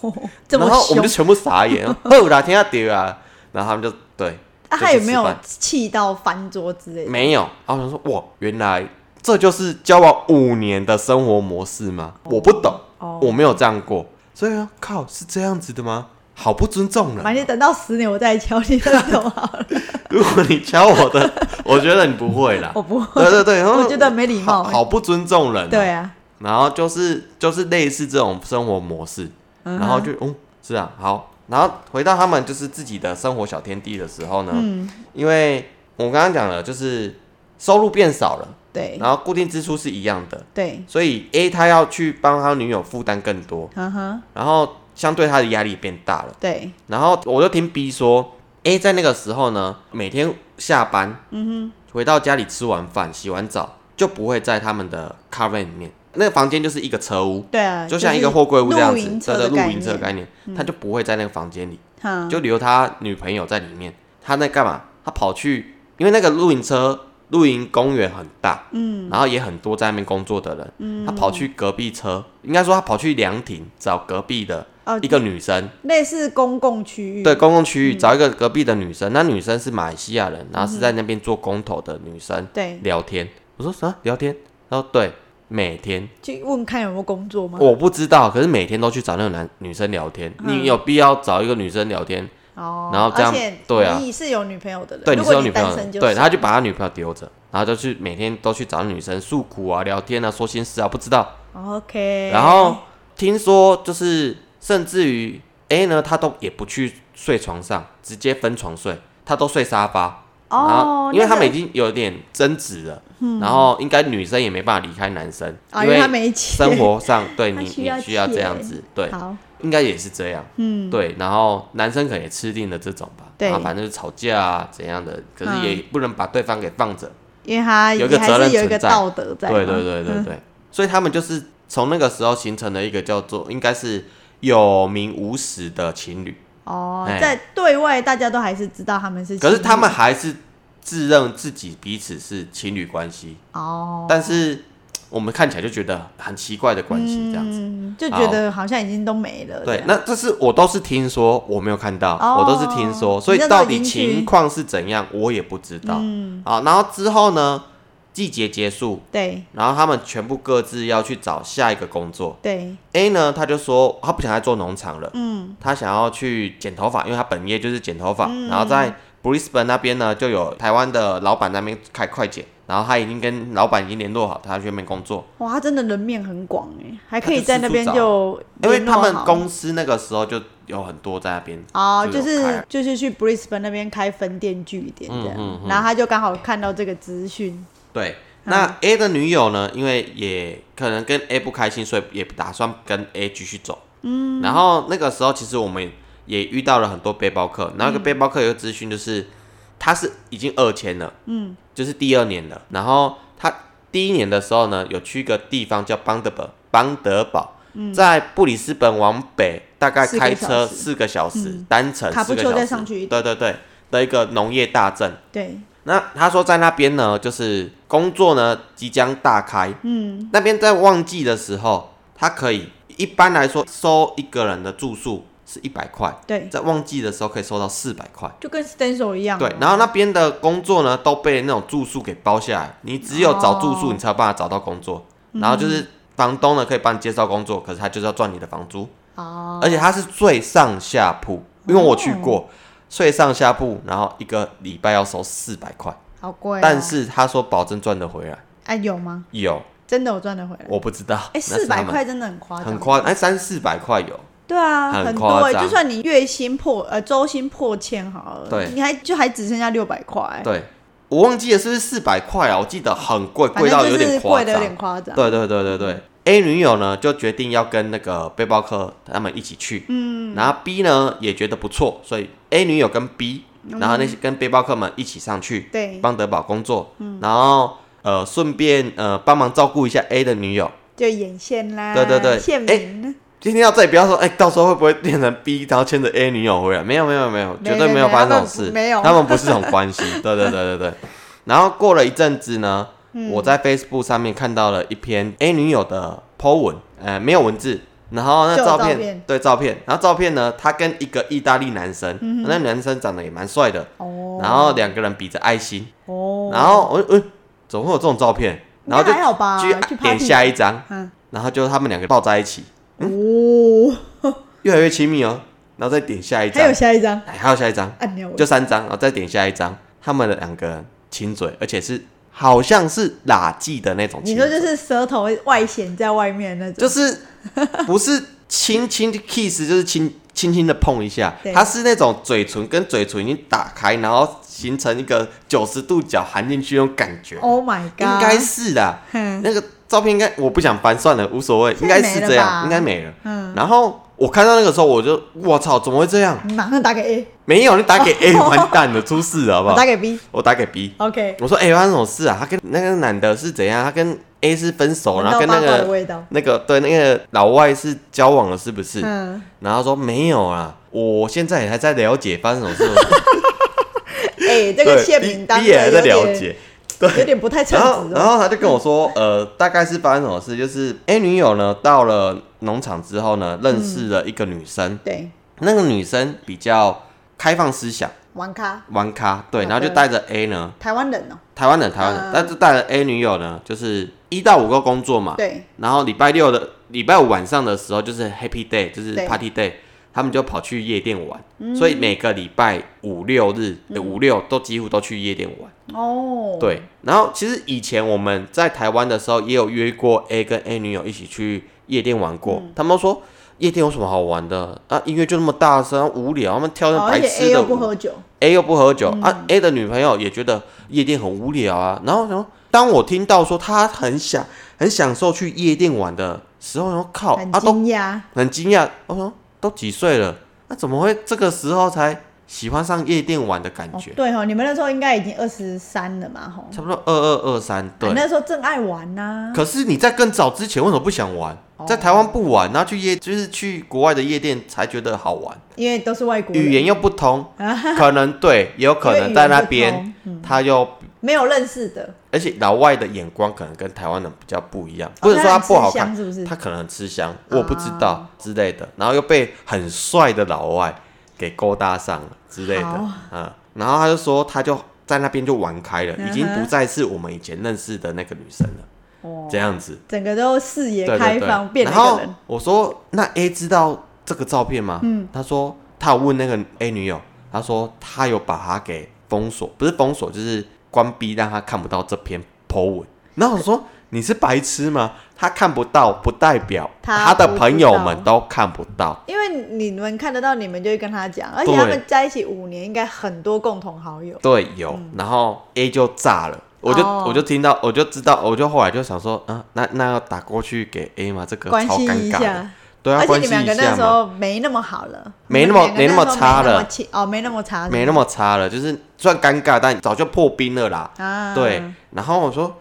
Speaker 2: 这么
Speaker 3: 然后我
Speaker 2: 凶
Speaker 3: 们就，全部
Speaker 2: (laughs)
Speaker 3: 傻眼，哦啦，听下丢啊，然后他们就对，
Speaker 2: 啊、
Speaker 3: 就
Speaker 2: 他
Speaker 3: 去
Speaker 2: 有
Speaker 3: 吃
Speaker 2: 没有
Speaker 3: 饭
Speaker 2: 气到翻桌之类的？
Speaker 3: 没有？然后我想说，哇，原来这就是交往五年的生活模式吗？我不懂，
Speaker 2: 哦
Speaker 3: 我没有这样过，所以啊，靠，是这样子的吗？好不尊重人
Speaker 2: 反正等到十年我再来敲你的头好了，
Speaker 3: (laughs) 如果你敲我的，我觉得你不会啦
Speaker 2: (laughs) 我。不会。
Speaker 3: (laughs) 对对对，然后
Speaker 2: 我觉得没礼貌欸
Speaker 3: 好好不尊重人、
Speaker 2: 对，啊，
Speaker 3: 然后就是就是类似这种生活模式，
Speaker 2: 嗯哼
Speaker 3: 然后就嗯是啊好，然后回到他们就是自己的生活小天地的时候呢，
Speaker 2: 嗯，
Speaker 3: 因为我刚刚讲了，就是收入变少了，
Speaker 2: 对
Speaker 3: 然后固定支出是一样的，
Speaker 2: 对，
Speaker 3: 所以 A 他要去帮他女友负担更多，
Speaker 2: 哈哈，
Speaker 3: 然后相对他的压力变大了。
Speaker 2: 嗯对
Speaker 3: 然后我就听 B 说，A 在那个时候呢，每天下班，嗯哼，回到家里吃完饭、洗完澡，就不会在他们的 caravan 里面，那个房间就是一个车屋，
Speaker 2: 对啊，
Speaker 3: 就像一个货柜屋这样
Speaker 2: 就是露营
Speaker 3: 子，
Speaker 2: 车
Speaker 3: 对
Speaker 2: 的
Speaker 3: 对，露
Speaker 2: 概
Speaker 3: 营车
Speaker 2: 念，
Speaker 3: 的
Speaker 2: 嗯
Speaker 3: 概念，他就不会在那个房间里。
Speaker 2: 哈，
Speaker 3: 就留他女朋友在里面。他在干嘛？他跑去，因为那个露营车、露营公园很大，嗯，然后也很多在那边工作的人，嗯，他跑去隔壁车，应该说他跑去凉亭找隔壁的
Speaker 2: 哦嗯
Speaker 3: 一个女生，
Speaker 2: 类似公共区域，
Speaker 3: 对，公共区域找一个隔壁的女生。那女生是马来西亚人，然后是在那边做工头的女生
Speaker 2: 对，
Speaker 3: 聊天。我说啥？聊天？他说对，每天
Speaker 2: 去问看有没有工作吗？
Speaker 3: 我不知道，可是每天都去找那个男女生聊天。
Speaker 2: 嗯
Speaker 3: 你有必要找一个女生聊天？
Speaker 2: 哦，
Speaker 3: 然后这样
Speaker 2: 而且
Speaker 3: 对啊
Speaker 2: 你是有女朋友的人，
Speaker 3: 对，
Speaker 2: 如
Speaker 3: 你是
Speaker 2: 果
Speaker 3: 有女朋友
Speaker 2: 单
Speaker 3: 的，
Speaker 2: 身就
Speaker 3: 对，
Speaker 2: 是
Speaker 3: 他就把他女朋友丢着，然后就去每天都去找女生诉苦啊、聊天啊、说心事啊，不知道。
Speaker 2: OK，
Speaker 3: 然后听说就是，甚至于 A 呢，他都也不去睡床上，直接分床睡，他都睡沙发。然
Speaker 2: 哦
Speaker 3: 后，因为他们已
Speaker 2: 那个
Speaker 3: 经有点争执了，然后应该女生也没办法离开男生，
Speaker 2: 啊，
Speaker 3: 因
Speaker 2: 因为他
Speaker 3: 为
Speaker 2: 没钱，
Speaker 3: 生活上对
Speaker 2: (laughs) 他
Speaker 3: 你
Speaker 2: 需
Speaker 3: 你
Speaker 2: 要
Speaker 3: 需要这
Speaker 2: 钱
Speaker 3: 样子，
Speaker 2: (laughs)
Speaker 3: 对，
Speaker 2: 好，
Speaker 3: 应该也是这样，
Speaker 2: 嗯，
Speaker 3: 对，然后男生可能也吃定了这种吧，
Speaker 2: 对
Speaker 3: 然后反正就是吵架啊怎样的，可是
Speaker 2: 嗯
Speaker 3: 也不能把对方给放着，
Speaker 2: 因为他
Speaker 3: 有一个
Speaker 2: 也还
Speaker 3: 责任
Speaker 2: 是有一个
Speaker 3: 存在
Speaker 2: 道德在嘛，
Speaker 3: 对对对对
Speaker 2: 嗯
Speaker 3: 对，所以他们就是从那个时候形成了一个叫做应该是有名无实的情侣，
Speaker 2: 哦
Speaker 3: 哎，
Speaker 2: 在对外大家都还是知道他们是情
Speaker 3: 可
Speaker 2: 侣，
Speaker 3: 是他们还是自认自己彼此是情侣关系，
Speaker 2: 哦，
Speaker 3: 但是我们看起来就觉得很奇怪的关系这样子。
Speaker 2: 嗯，就觉得好像已经都没了。
Speaker 3: 对
Speaker 2: 这，样
Speaker 3: 那这是我都是听说，我没有看到，
Speaker 2: 哦
Speaker 3: 我都是听说，所以
Speaker 2: 你那时候
Speaker 3: 到
Speaker 2: 已经
Speaker 3: 底
Speaker 2: 去
Speaker 3: 情况是怎样，我也不知道。嗯，好，然后之后呢，季节结束，
Speaker 2: 对
Speaker 3: 然后他们全部各自要去找下一个工作。
Speaker 2: 对
Speaker 3: A 呢，他就说他不想再做农场了，
Speaker 2: 嗯，
Speaker 3: 他想要去剪头发，因为他本业就是剪头发。然后在 Brisbane 那边呢，就有台湾的老板那边开快剪，然后他已经跟老板已经联络好，他要去那边工作，
Speaker 2: 哇，他真的人面很广哎，还可以
Speaker 3: 他
Speaker 2: 在
Speaker 3: 就
Speaker 2: 那
Speaker 3: 四处
Speaker 2: 边
Speaker 3: 找
Speaker 2: 就
Speaker 3: 啊因为
Speaker 2: 联
Speaker 3: 他
Speaker 2: 络
Speaker 3: 们
Speaker 2: 好
Speaker 3: 公司那个时候就有很多在那边
Speaker 2: 哦，
Speaker 3: 有
Speaker 2: 就是
Speaker 3: 开啊
Speaker 2: 就是去 Brisbane 那边开分店据点这样，
Speaker 3: 嗯嗯嗯
Speaker 2: 然后他就刚好看到这个资讯，
Speaker 3: 对。
Speaker 2: 嗯
Speaker 3: 那 A 的女友呢，因为也可能跟 A 不开心，所以也不打算跟 A 继续走。嗯，然后那个时候其实我们也遇到了很多背包客，然
Speaker 2: 嗯
Speaker 3: 后一个背包客有一个资讯就是他是已经二签了，嗯，就是第二年了。然后他第一年的时候呢，有去一个地方叫邦德堡，邦德堡。在布里斯本往北大概
Speaker 2: 嗯四个
Speaker 3: 开
Speaker 2: 小
Speaker 3: 车
Speaker 2: 时嗯
Speaker 3: 四个小时，单程
Speaker 2: 卡布
Speaker 3: 四个
Speaker 2: 丘
Speaker 3: 小
Speaker 2: 再
Speaker 3: 时，
Speaker 2: 上去一
Speaker 3: 对对对的一个农业大镇。
Speaker 2: 对，
Speaker 3: 那他说在那边呢，就是工作呢即将大开，嗯，那边在旺季的时候，他可以一般来说收一个人的住宿是一百块，
Speaker 2: 对
Speaker 3: 在旺季的时候可以收到四百块。
Speaker 2: 就跟 Stencil 一样哦、
Speaker 3: 对，然后那边的工作呢都被那种住宿给包下来，你只有找住宿，
Speaker 2: 哦嗯
Speaker 3: 你才有办法找到工作。然后就是房东呢可以帮你介绍工作，可是他就是要赚你的房租，
Speaker 2: 哦，
Speaker 3: 而且他是最上下铺，因为我去过，最上下铺，然后一个礼拜要收四百块。
Speaker 2: 好贵哦、
Speaker 3: 但是他说保证赚得回来，
Speaker 2: 哎、有吗？
Speaker 3: 有
Speaker 2: 真的我赚得回来？
Speaker 3: 我不知道，
Speaker 2: 哎，
Speaker 3: 那
Speaker 2: 四
Speaker 3: 是
Speaker 2: 百
Speaker 3: 他们
Speaker 2: 块真的很夸张，
Speaker 3: 很夸，哎三四百块有，
Speaker 2: 对啊，
Speaker 3: 很
Speaker 2: 很
Speaker 3: 夸
Speaker 2: 多哎、
Speaker 3: 张
Speaker 2: 就算你月薪破呃周薪破千好了，
Speaker 3: 对
Speaker 2: 你还就还只剩下六百块，
Speaker 3: 对我忘记了是不是四百块啊？我记得很贵，
Speaker 2: 反
Speaker 3: 贵到
Speaker 2: 正
Speaker 3: 有
Speaker 2: 就
Speaker 3: 点
Speaker 2: 是
Speaker 3: 夸
Speaker 2: 贵的有点
Speaker 3: 张。
Speaker 2: 夸张，
Speaker 3: 对对对对对，A 女友呢就决定要跟那个背包客他们一起去，嗯，然后 B 呢也觉得不错，所以 A 女友跟 B，然
Speaker 2: 嗯
Speaker 3: 后那些跟背包客们一起上去，
Speaker 2: 对
Speaker 3: 邦德堡工作，
Speaker 2: 嗯
Speaker 3: 然后呃顺便呃帮忙照顾一下 A 的女友，
Speaker 2: 就眼线啦，
Speaker 3: 对对对哎
Speaker 2: 线名、
Speaker 3: 今天要再不要说，哎、到时候会不会变成 B，然后牵着 A 女友回来？没有，没有，没有，
Speaker 2: 没
Speaker 3: 绝对没有发生这种事，
Speaker 2: 没有没有
Speaker 3: 他们不是这种
Speaker 2: (laughs)
Speaker 3: 关系。对对对对对。然后过了一阵子呢，
Speaker 2: 嗯
Speaker 3: 我在 Facebook 上面看到了一篇 A 女友的 po 文，呃，没有文字，然后那
Speaker 2: 就有
Speaker 3: 照
Speaker 2: 照
Speaker 3: 片，
Speaker 2: 片
Speaker 3: 对照片，然后照片呢，他跟一个意大利男生，那男生长得也蛮帅的，
Speaker 2: 嗯哦
Speaker 3: 然后两个人比着爱心，
Speaker 2: 哦，
Speaker 3: 然后我我、怎么会有这种照片？然后就
Speaker 2: 应该还好吧
Speaker 3: 去
Speaker 2: 去 party
Speaker 3: 点下一张，
Speaker 2: 嗯，
Speaker 3: 然后就他们两个抱在一起。
Speaker 2: 哦，
Speaker 3: 越来越亲密哦，然嗯后再点下一张
Speaker 2: 还，有下一张
Speaker 3: 哎还有下一张，
Speaker 2: 按钮，
Speaker 3: 就三张，然后再点下一张，他们的两个人亲嘴，而且是好像是拉近的那种
Speaker 2: 你
Speaker 3: 亲
Speaker 2: 说
Speaker 3: 嘴，
Speaker 2: 就是舌头外显在外面那种，
Speaker 3: 就是不是轻轻的 kiss，就是轻轻轻的碰一下
Speaker 2: 对，
Speaker 3: 它是那种嘴唇跟嘴唇已经打开，然后形成一个九十度角含进去那种感觉，
Speaker 2: Oh my God，
Speaker 3: 应该是的。
Speaker 2: 哼，
Speaker 3: 那个照片应该我不想翻，算了，无所谓，应
Speaker 2: 现在
Speaker 3: 该
Speaker 2: 没
Speaker 3: 是
Speaker 2: 了
Speaker 3: 这
Speaker 2: 吧嗯
Speaker 3: 样，应该没了。然后我看到那个时候，我就我操，怎么会这样？
Speaker 2: (laughs) 你马上打给 A，
Speaker 3: 没有，你打给
Speaker 2: (laughs)
Speaker 3: A 完蛋了，出事了，好不
Speaker 2: 我
Speaker 3: 好
Speaker 2: 打？给 B，OK，、
Speaker 3: 我打给 B，我说哎、发生什么事啊？他跟那个男的是怎样？他跟 A 是分手，
Speaker 2: 闻
Speaker 3: 哦然
Speaker 2: 到
Speaker 3: 后跟那
Speaker 2: 八卦的
Speaker 3: 个
Speaker 2: 味道，
Speaker 3: 那个对那个老外是交往了，是不是？
Speaker 2: 嗯，
Speaker 3: 然后他说没有啊，我现在也还在了解发生什么
Speaker 2: (laughs)
Speaker 3: 事。
Speaker 2: 哎、这
Speaker 3: 对
Speaker 2: 个县民
Speaker 3: B-
Speaker 2: 当
Speaker 3: B 也还
Speaker 2: 的
Speaker 3: 在
Speaker 2: 有
Speaker 3: 了
Speaker 2: 点
Speaker 3: 解，对，
Speaker 2: 有点不太称
Speaker 3: 然后，
Speaker 2: 职
Speaker 3: 然
Speaker 2: 哦，
Speaker 3: 后他就跟
Speaker 2: (laughs)
Speaker 3: 我说，呃，大概是发生什么事，就是 A 女友呢到了农场之后呢，认
Speaker 2: 嗯
Speaker 3: 识了一个女生，
Speaker 2: 对，
Speaker 3: 那个女生比较开放思想，
Speaker 2: 玩咖，
Speaker 3: 玩咖，对，
Speaker 2: 好的
Speaker 3: 然后就带着 A 呢，
Speaker 2: 台湾人哦、
Speaker 3: 台湾人，台湾人
Speaker 2: 哦嗯，
Speaker 3: 但是带着 A 女友呢，就是一到五个工作嘛，
Speaker 2: 对，
Speaker 3: 然后礼拜六的礼拜五晚上的时候就是 Happy Day，就是
Speaker 2: 对嗯
Speaker 3: Party Day。他们就跑去夜店玩，所以每个礼拜五六日、呃五六都几乎都去夜店玩。
Speaker 2: 哦，
Speaker 3: 对，然后其实以前我们在台湾的时候也有约过 A 跟 A 女友一起去夜店玩过，
Speaker 2: 嗯
Speaker 3: 他们说夜店有什么好玩的啊？音乐就那么大声，啊无聊，他们跳
Speaker 2: 哦，
Speaker 3: 那
Speaker 2: 而
Speaker 3: 白
Speaker 2: 且 A
Speaker 3: 痴的
Speaker 2: 又
Speaker 3: 舞。
Speaker 2: 不喝酒，
Speaker 3: A 又不喝酒、
Speaker 2: 嗯
Speaker 3: 啊，A 的女朋友也觉得夜店很无聊啊。然后，然后当我听到说她很想很享受去夜店玩的时候，然后靠
Speaker 2: 很
Speaker 3: 啊都
Speaker 2: 惊讶，
Speaker 3: 很惊讶，我说都几岁了，那、怎么会这个时候才喜欢上夜店玩的感
Speaker 2: 哦
Speaker 3: 觉？
Speaker 2: 对哦，你们那时候应该已经二十三了嘛，吼，
Speaker 3: 差不多二二二三，对，
Speaker 2: 哦哎你那时候正爱玩呐、
Speaker 3: 可是你在更早之前为什么不想玩
Speaker 2: 哦？
Speaker 3: 在台湾不玩，然后去夜就是去国外的夜店才觉得好玩，
Speaker 2: 因为都是外国人，
Speaker 3: 语言又不通，可能对，也有可能在那
Speaker 2: 啊因为语言嗯
Speaker 3: 边
Speaker 2: 不通
Speaker 3: 他又
Speaker 2: 没有认识的，
Speaker 3: 而且老外的眼光可能跟台湾人比较不一样，不是说他不好
Speaker 2: 他哦很吃香
Speaker 3: 看，
Speaker 2: 是不是哦
Speaker 3: 他可能很吃香，我不知道之类的，然后又被很帅的老外给勾搭上了之类的
Speaker 2: 好，
Speaker 3: 嗯，然后他就说他就在那边就玩开了，已经
Speaker 2: 嗯
Speaker 3: 不
Speaker 2: 哼
Speaker 3: 再是我们以前认识的那个女生了，
Speaker 2: 哦，
Speaker 3: 这样子。
Speaker 2: 整个都视野
Speaker 3: 对
Speaker 2: 开
Speaker 3: 对对
Speaker 2: 放，变了
Speaker 3: 然
Speaker 2: 一个
Speaker 3: 后
Speaker 2: 人。
Speaker 3: 我说：“那 A 知道这个照片吗？”嗯，他说他有问那个 A 女友，他说他有把她给封锁，不是封锁，就是关闭，让她看不到这篇 po 文。然后我说：“你是白痴吗？他看不到，不代表
Speaker 2: 他
Speaker 3: 他的
Speaker 2: 不知
Speaker 3: 朋友
Speaker 2: 道
Speaker 3: 们都看不到。
Speaker 2: 因为你们看得到，你们就会跟他讲，而且
Speaker 3: 对
Speaker 2: 他们在一起五年，应该很多共同好友。
Speaker 3: 对，有。然后 A 就炸了，我就、
Speaker 2: 嗯哦
Speaker 3: 我就听到，我就知道，我就后来就想说，嗯，那那要打过去给 A 吗？这个
Speaker 2: 关
Speaker 3: 超
Speaker 2: 心
Speaker 3: 尴
Speaker 2: 一下
Speaker 3: 尬的，，对啊，
Speaker 2: 而且
Speaker 3: 关
Speaker 2: 你
Speaker 3: 心
Speaker 2: 们
Speaker 3: 一
Speaker 2: 两个那
Speaker 3: 下
Speaker 2: 时
Speaker 3: 嘛。
Speaker 2: 候没那么好了，
Speaker 3: 没那么
Speaker 2: 你们两个
Speaker 3: 没那么
Speaker 2: 时候
Speaker 3: 差了
Speaker 2: 没那么亲哦，没那么差，
Speaker 3: 没那么差了，就是算尴尬，但早就破冰了啦。
Speaker 2: 啊，
Speaker 3: 对，，然后我说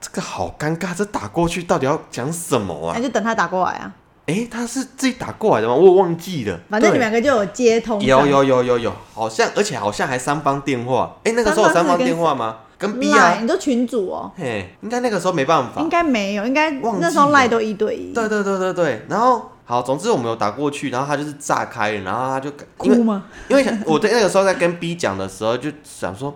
Speaker 3: 这个好尴尬，这打过去到底要讲什么啊
Speaker 2: 那？就等他打过来啊，
Speaker 3: 诶，他是自己打过来的吗？我也忘记了。
Speaker 2: 反正你们
Speaker 3: 对
Speaker 2: 两个就有接通上，
Speaker 3: 有有有有有，好像而且好像还三方电话。诶，那个时候有
Speaker 2: 三
Speaker 3: 三
Speaker 2: 方
Speaker 3: 方
Speaker 2: 是跟
Speaker 3: 电话吗？跟 B
Speaker 2: 赖，
Speaker 3: 啊，
Speaker 2: 你说群主哦，
Speaker 3: 嘿，应该那个时候没办法
Speaker 2: 应。该没有，应该
Speaker 3: 忘记
Speaker 2: 那时候
Speaker 3: 了
Speaker 2: 赖都一对一，
Speaker 3: 对对对对对，然后好，总之我们有打过去，然后他就是炸开了，然后他就因为
Speaker 2: 哭吗？
Speaker 3: 因为想我在那个时候在跟 B 讲的时候，就想说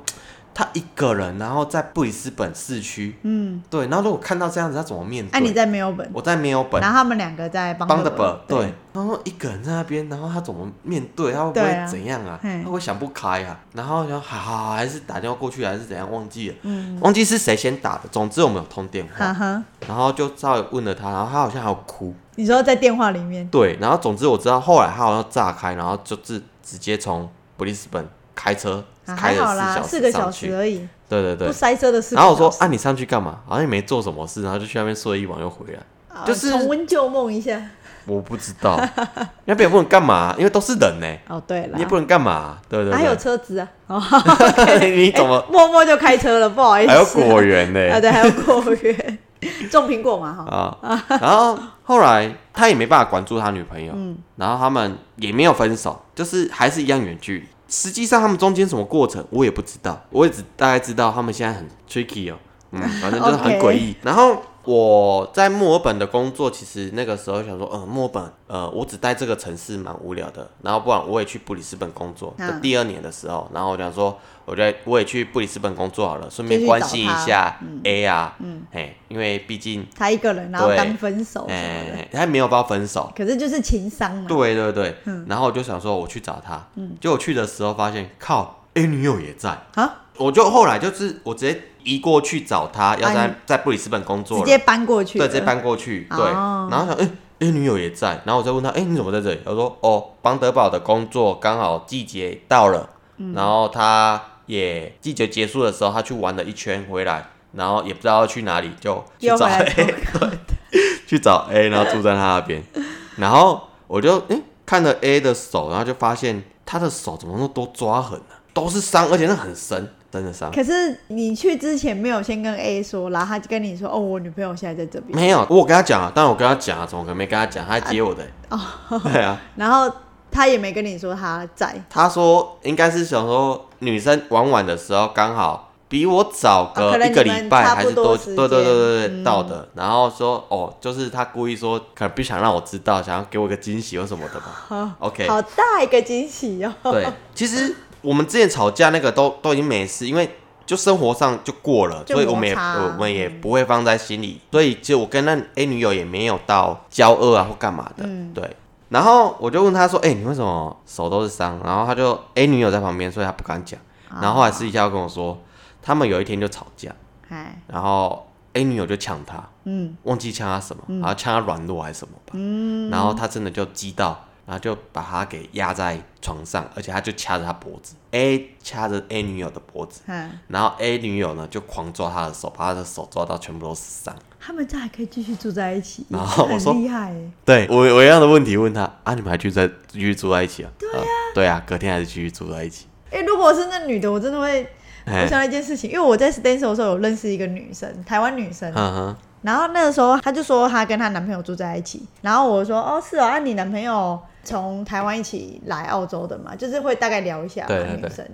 Speaker 3: 他一个人，然后在布里斯本市区，嗯，对。然后如果看到这样子，他怎么面对？
Speaker 2: 哎，你在没有本，
Speaker 3: 我在没有本
Speaker 2: 然后他们两个在帮
Speaker 3: 帮
Speaker 2: 着
Speaker 3: 的本，对。然后一个人在那边，然后他怎么面对？他会不
Speaker 2: 对
Speaker 3: 会
Speaker 2: 啊
Speaker 3: 怎样啊？
Speaker 2: 嘿
Speaker 3: 他会想不开啊？然后想，好好，好还是打电话过去，还是怎样？忘记了，忘记是谁先打的。总之我们有通电
Speaker 2: 嗯哈
Speaker 3: 话，
Speaker 2: 哈，
Speaker 3: 然后就稍微问了他，然后他好像还有哭，
Speaker 2: 你说在电话里面，
Speaker 3: 对，然后总之我知道后来他好像炸开，然后就直直接从布里斯本开车、
Speaker 2: 啊
Speaker 3: 开
Speaker 2: 还
Speaker 3: 了
Speaker 2: 好
Speaker 3: 四
Speaker 2: 啦，
Speaker 3: 小
Speaker 2: 四个小
Speaker 3: 上
Speaker 2: 时
Speaker 3: 去，
Speaker 2: 而已，
Speaker 3: 对对
Speaker 2: 不
Speaker 3: 对。
Speaker 2: 塞车的四个
Speaker 3: 然后我说
Speaker 2: 小时
Speaker 3: 啊，你上去干嘛？好像也没做什么事，然后就去那边睡一晚又回来。
Speaker 2: 啊
Speaker 3: 就是
Speaker 2: 重温旧梦一下。
Speaker 3: 我不知道那边也不能干嘛，因为都是人呢、
Speaker 2: 哦，对了
Speaker 3: 你也，不能干嘛，对对
Speaker 2: 还有
Speaker 3: 对。
Speaker 2: 车子啊，哦， (laughs)
Speaker 3: (laughs) 你怎么
Speaker 2: 默默就开
Speaker 3: (laughs)
Speaker 2: 车了，不好意思，
Speaker 3: 还有果园
Speaker 2: (laughs)
Speaker 3: 呢、
Speaker 2: 啊，对，还有果园， (laughs) 种苹果嘛哈。
Speaker 3: 啊，然后后来他也没办法管住他女朋友，
Speaker 2: 嗯
Speaker 3: 然后他们也没有分手，就是还是一样远距离。实际上他们中间什么过程我也不知道，我也只大概知道他们现在很 tricky 哦，
Speaker 2: (laughs)
Speaker 3: 嗯，反正就是很
Speaker 2: OK
Speaker 3: 诡异。然后我在墨尔本的工作，其实那个时候想说，嗯，墨尔本，呃，我只待这个城市蛮无聊的，然后不然我也去布里斯本工作。
Speaker 2: 嗯
Speaker 3: 那第二年的时候，然后我想说，我在我也去布里斯本工作好了，顺
Speaker 2: 就
Speaker 3: 便
Speaker 2: 去
Speaker 3: 关
Speaker 2: 找
Speaker 3: 心一
Speaker 2: 他
Speaker 3: 下 A 啊，嗯，嘿，因为毕竟
Speaker 2: 他一个人，然后
Speaker 3: 对
Speaker 2: 刚分手什么的，嗯
Speaker 3: 哎、他没有办法分手。
Speaker 2: 可是就是情商嘛。
Speaker 3: 对对对，然后我就想说我去找他，
Speaker 2: 嗯
Speaker 3: 结果去的时候发现靠，A 女友也在，
Speaker 2: 啊，
Speaker 3: 我就后来就是我直接移过去找他，要
Speaker 2: 啊
Speaker 3: 在
Speaker 2: 你
Speaker 3: 在布里斯本工作
Speaker 2: 直
Speaker 3: 了，
Speaker 2: 接搬过去了，
Speaker 3: 对，直接搬过去，对，
Speaker 2: 哦
Speaker 3: 然后想哎。A 女友也在，然后我再问他，哎、你怎么在这里？他说，哦，邦德堡的工作刚好季节到了，
Speaker 2: 嗯
Speaker 3: 然后他也季节结束的时候，他去玩了一圈回来，然后也不知道要去哪里，就去
Speaker 2: 又回
Speaker 3: 找
Speaker 2: 来
Speaker 3: A (laughs) 去找 A，然后住在他那边，然后我就诶、看了 A 的手，然后就发现他的手怎么那么多抓痕呢、都是伤，而且那很深，真的伤。
Speaker 2: 可是你去之前没有先跟 A 说，然后他就跟你说，哦，我女朋友现在在这边，
Speaker 3: 没有，我有跟他讲啊，当然我跟他讲啊，怎么可能没跟他讲？他还接我的、哦，对啊，
Speaker 2: 然后他也没跟你说他在，
Speaker 3: 他说应该是想说女生晚晚的时候刚好比我早
Speaker 2: 啊可
Speaker 3: 个
Speaker 2: 能
Speaker 3: 一个
Speaker 2: 你
Speaker 3: 礼
Speaker 2: 们
Speaker 3: 拜
Speaker 2: 差
Speaker 3: 还
Speaker 2: 不
Speaker 3: 是
Speaker 2: 多
Speaker 3: 多，
Speaker 2: 时
Speaker 3: 对对对对
Speaker 2: 间嗯
Speaker 3: 对到的，然后说哦，就是他故意说可能不想让我知道，想要给我个惊喜或什么的吧。OK，
Speaker 2: 好大一个惊喜哦。 (laughs)
Speaker 3: 对，其实我们之前吵架那个都都已经没事，因为就生活上就过了，
Speaker 2: 就
Speaker 3: 所以我们
Speaker 2: 摩
Speaker 3: 也
Speaker 2: 擦啊
Speaker 3: 我们也不会放在心里。所以其实我跟那 A 女友也没有到交恶啊或干嘛的，
Speaker 2: 嗯
Speaker 3: 对。然后我就问他说：“哎、你为什么手都是伤？”然后他就 A 女友在旁边，所以他不敢讲。
Speaker 2: 啊
Speaker 3: 然后后来私底下又跟我说，他们有一天就吵架，
Speaker 2: 哎，
Speaker 3: 然后 A 女友就呛他，
Speaker 2: 嗯，
Speaker 3: 忘记呛他什么，然后呛他软弱还是什么吧。然后他真的就激到，然后就把他给压在床上，而且他就掐着他脖子，A 掐着 A 女友的脖子，
Speaker 2: 哎，
Speaker 3: 然后 A 女友呢就狂抓他的手，把他的手抓到全部都是伤。
Speaker 2: 他们这还可以继续住在一起，
Speaker 3: 然后我说
Speaker 2: 很厉害欸耶。
Speaker 3: 对我我一样的问题问他啊，你们还继续在继续住在一起啊？对啊、对啊，隔天还是继续住在一起。
Speaker 2: 哎、如果是那女的，我真的会。
Speaker 3: 哎
Speaker 2: 我想到一件事情，因为我在 Stencil 的时候有认识一个女生，台湾女生，
Speaker 3: 嗯哼，
Speaker 2: 然后那个时候她就说她跟她男朋友住在一起，然后我说哦是哦，啊你男朋友从台湾一起来澳洲的嘛，就是会大概聊一下嘛啊
Speaker 3: 对对对
Speaker 2: 女生，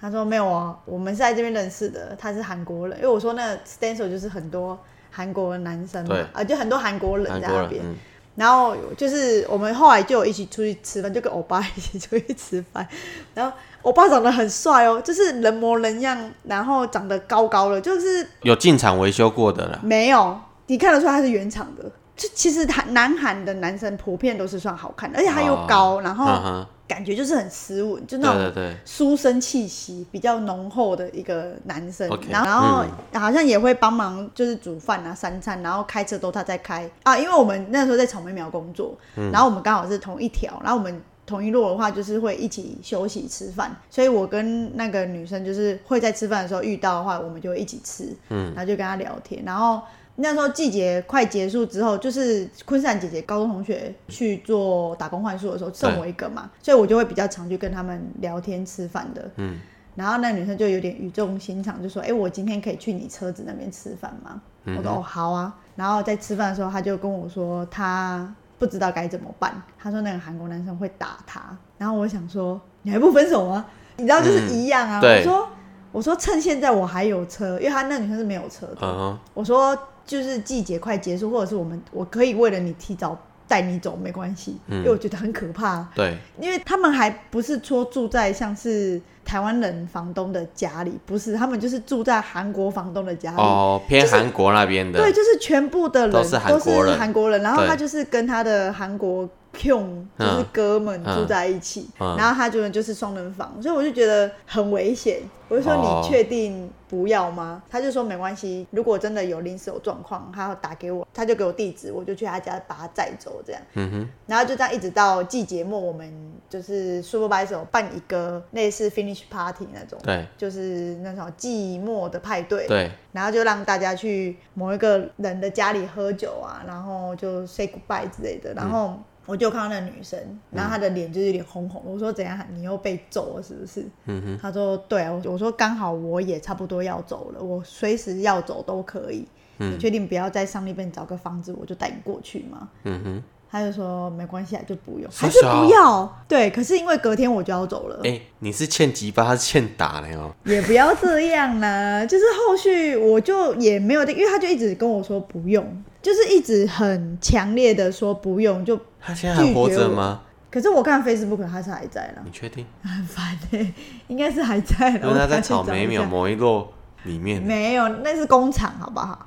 Speaker 2: 他说没有啊，我们是在这边认识的，他是韩国人。因为我说那个 Stencil 就是很多韩国的男生嘛
Speaker 3: 对，
Speaker 2: 啊，就很多韩国人
Speaker 3: 韩
Speaker 2: 在
Speaker 3: 国
Speaker 2: 那
Speaker 3: 人，
Speaker 2: 边。
Speaker 3: 嗯，
Speaker 2: 然后就是我们后来就有一起出去吃饭，就跟欧巴一起出去吃饭。然后欧巴长得很帅哦，就是人模人样，然后长得高高的，就是
Speaker 3: 有进厂维修过的啦，
Speaker 2: 没有，你看得出来他是原厂的。就其实韩南韩的男生普遍都是算好看的，而且他又
Speaker 3: 哦
Speaker 2: 高，然
Speaker 3: 嗯
Speaker 2: 后
Speaker 3: 哼，
Speaker 2: 感觉就是很斯文，就那
Speaker 3: 对
Speaker 2: 种
Speaker 3: 对对，
Speaker 2: 书生气息比较浓厚的一个男生
Speaker 3: OK，嗯
Speaker 2: 然后然后好像也会帮忙就是煮饭啊、三餐，然后开车都他在开啊，因为我们那时候在草莓苗工作，
Speaker 3: 嗯
Speaker 2: 然后我们刚好是同一条，然后我们。同一路的话，就是会一起休息吃饭，所以我跟那个女生就是会在吃饭的时候遇到的话，我们就会一起吃，嗯，然后就跟她聊天。然后那时候季节快结束之后，就是昆山姐姐高中同学去做打工换宿的时候
Speaker 3: 对
Speaker 2: 送我一个嘛，所以我就会比较常去跟他们聊天吃饭的，
Speaker 3: 嗯，
Speaker 2: 然后那女生就有点语重心长，就说：“哎、我今天可以去你车子那边吃饭吗？”
Speaker 3: 嗯
Speaker 2: 我说：“哦，好啊。”然后在吃饭的时候，她就跟我说她不知道该怎么办。她说那个韩国男生会打她。然后我想说：“你还不分手吗？”你知道就是一样啊。
Speaker 3: 嗯对
Speaker 2: 我说：“我说趁现在我还有车，因为她那女生是没有车的。
Speaker 3: 嗯哼，
Speaker 2: 我说：“就是季节快结束，或者是我们我可以为了你提早带你走，没关系，
Speaker 3: 嗯
Speaker 2: 因为我觉得很可怕。”
Speaker 3: 对，
Speaker 2: 因为他们还不是说住在像是台湾人房东的家里，不是，他们就是住在韩国房东的家里。
Speaker 3: 哦，偏
Speaker 2: 就是
Speaker 3: 韩国那边的，
Speaker 2: 对，就是全部的人
Speaker 3: 都是韩国人
Speaker 2: 韩国人，然后
Speaker 3: 对
Speaker 2: 他就是跟他的韩国 Q 就是哥们
Speaker 3: 嗯
Speaker 2: 住在一起，
Speaker 3: 嗯
Speaker 2: 然后他就就是双人房，所以我就觉得很危险。我就说
Speaker 3: 哦
Speaker 2: 你确定不要吗？他就说没关系，如果真的有临时有状况，他要打给我，他就给我地址，我就去他家把他载走这样。
Speaker 3: 嗯哼，
Speaker 2: 然后就这样一直到季节末，我们就是 supervisor 办一个类似 finish party 那种，
Speaker 3: 对
Speaker 2: 就是那种季末的派对，
Speaker 3: 对，
Speaker 2: 然后就让大家去某一个人的家里喝酒啊，然后就 say goodbye 之类的，然后。我就看到那女生，然后她的脸就是有点红红。我说：“怎样？你又被揍了是不是？”
Speaker 3: 嗯哼，
Speaker 2: 她说：“对啊。”我说：“刚好我也差不多要走了，我随时要走都可以。你确定不要在上那边找个房子，我就带你过去吗？”
Speaker 3: 嗯哼，
Speaker 2: 他就说没关系啊，就不用，
Speaker 3: 说
Speaker 2: 还是
Speaker 3: 小
Speaker 2: 不要。对，可是因为隔天我就要走了，
Speaker 3: 哎、你是欠几巴，他是欠打的哦，
Speaker 2: 也不要这样啦。 (laughs) 就是后续我就也没有的，因为他就一直跟我说不用，就是一直很强烈的说不用。就
Speaker 3: 他现在还活着吗？
Speaker 2: 可是我看 Facebook 他是还在啦 (laughs)
Speaker 3: 你，确定？
Speaker 2: 很烦哎、应该是还在
Speaker 3: 因
Speaker 2: 啦。
Speaker 3: 为他
Speaker 2: 哎我
Speaker 3: 在
Speaker 2: 赶紧
Speaker 3: 草
Speaker 2: 找
Speaker 3: 莓
Speaker 2: 一
Speaker 3: 秒
Speaker 2: 下。
Speaker 3: 某一落里面，
Speaker 2: 没有，那是工厂好不好？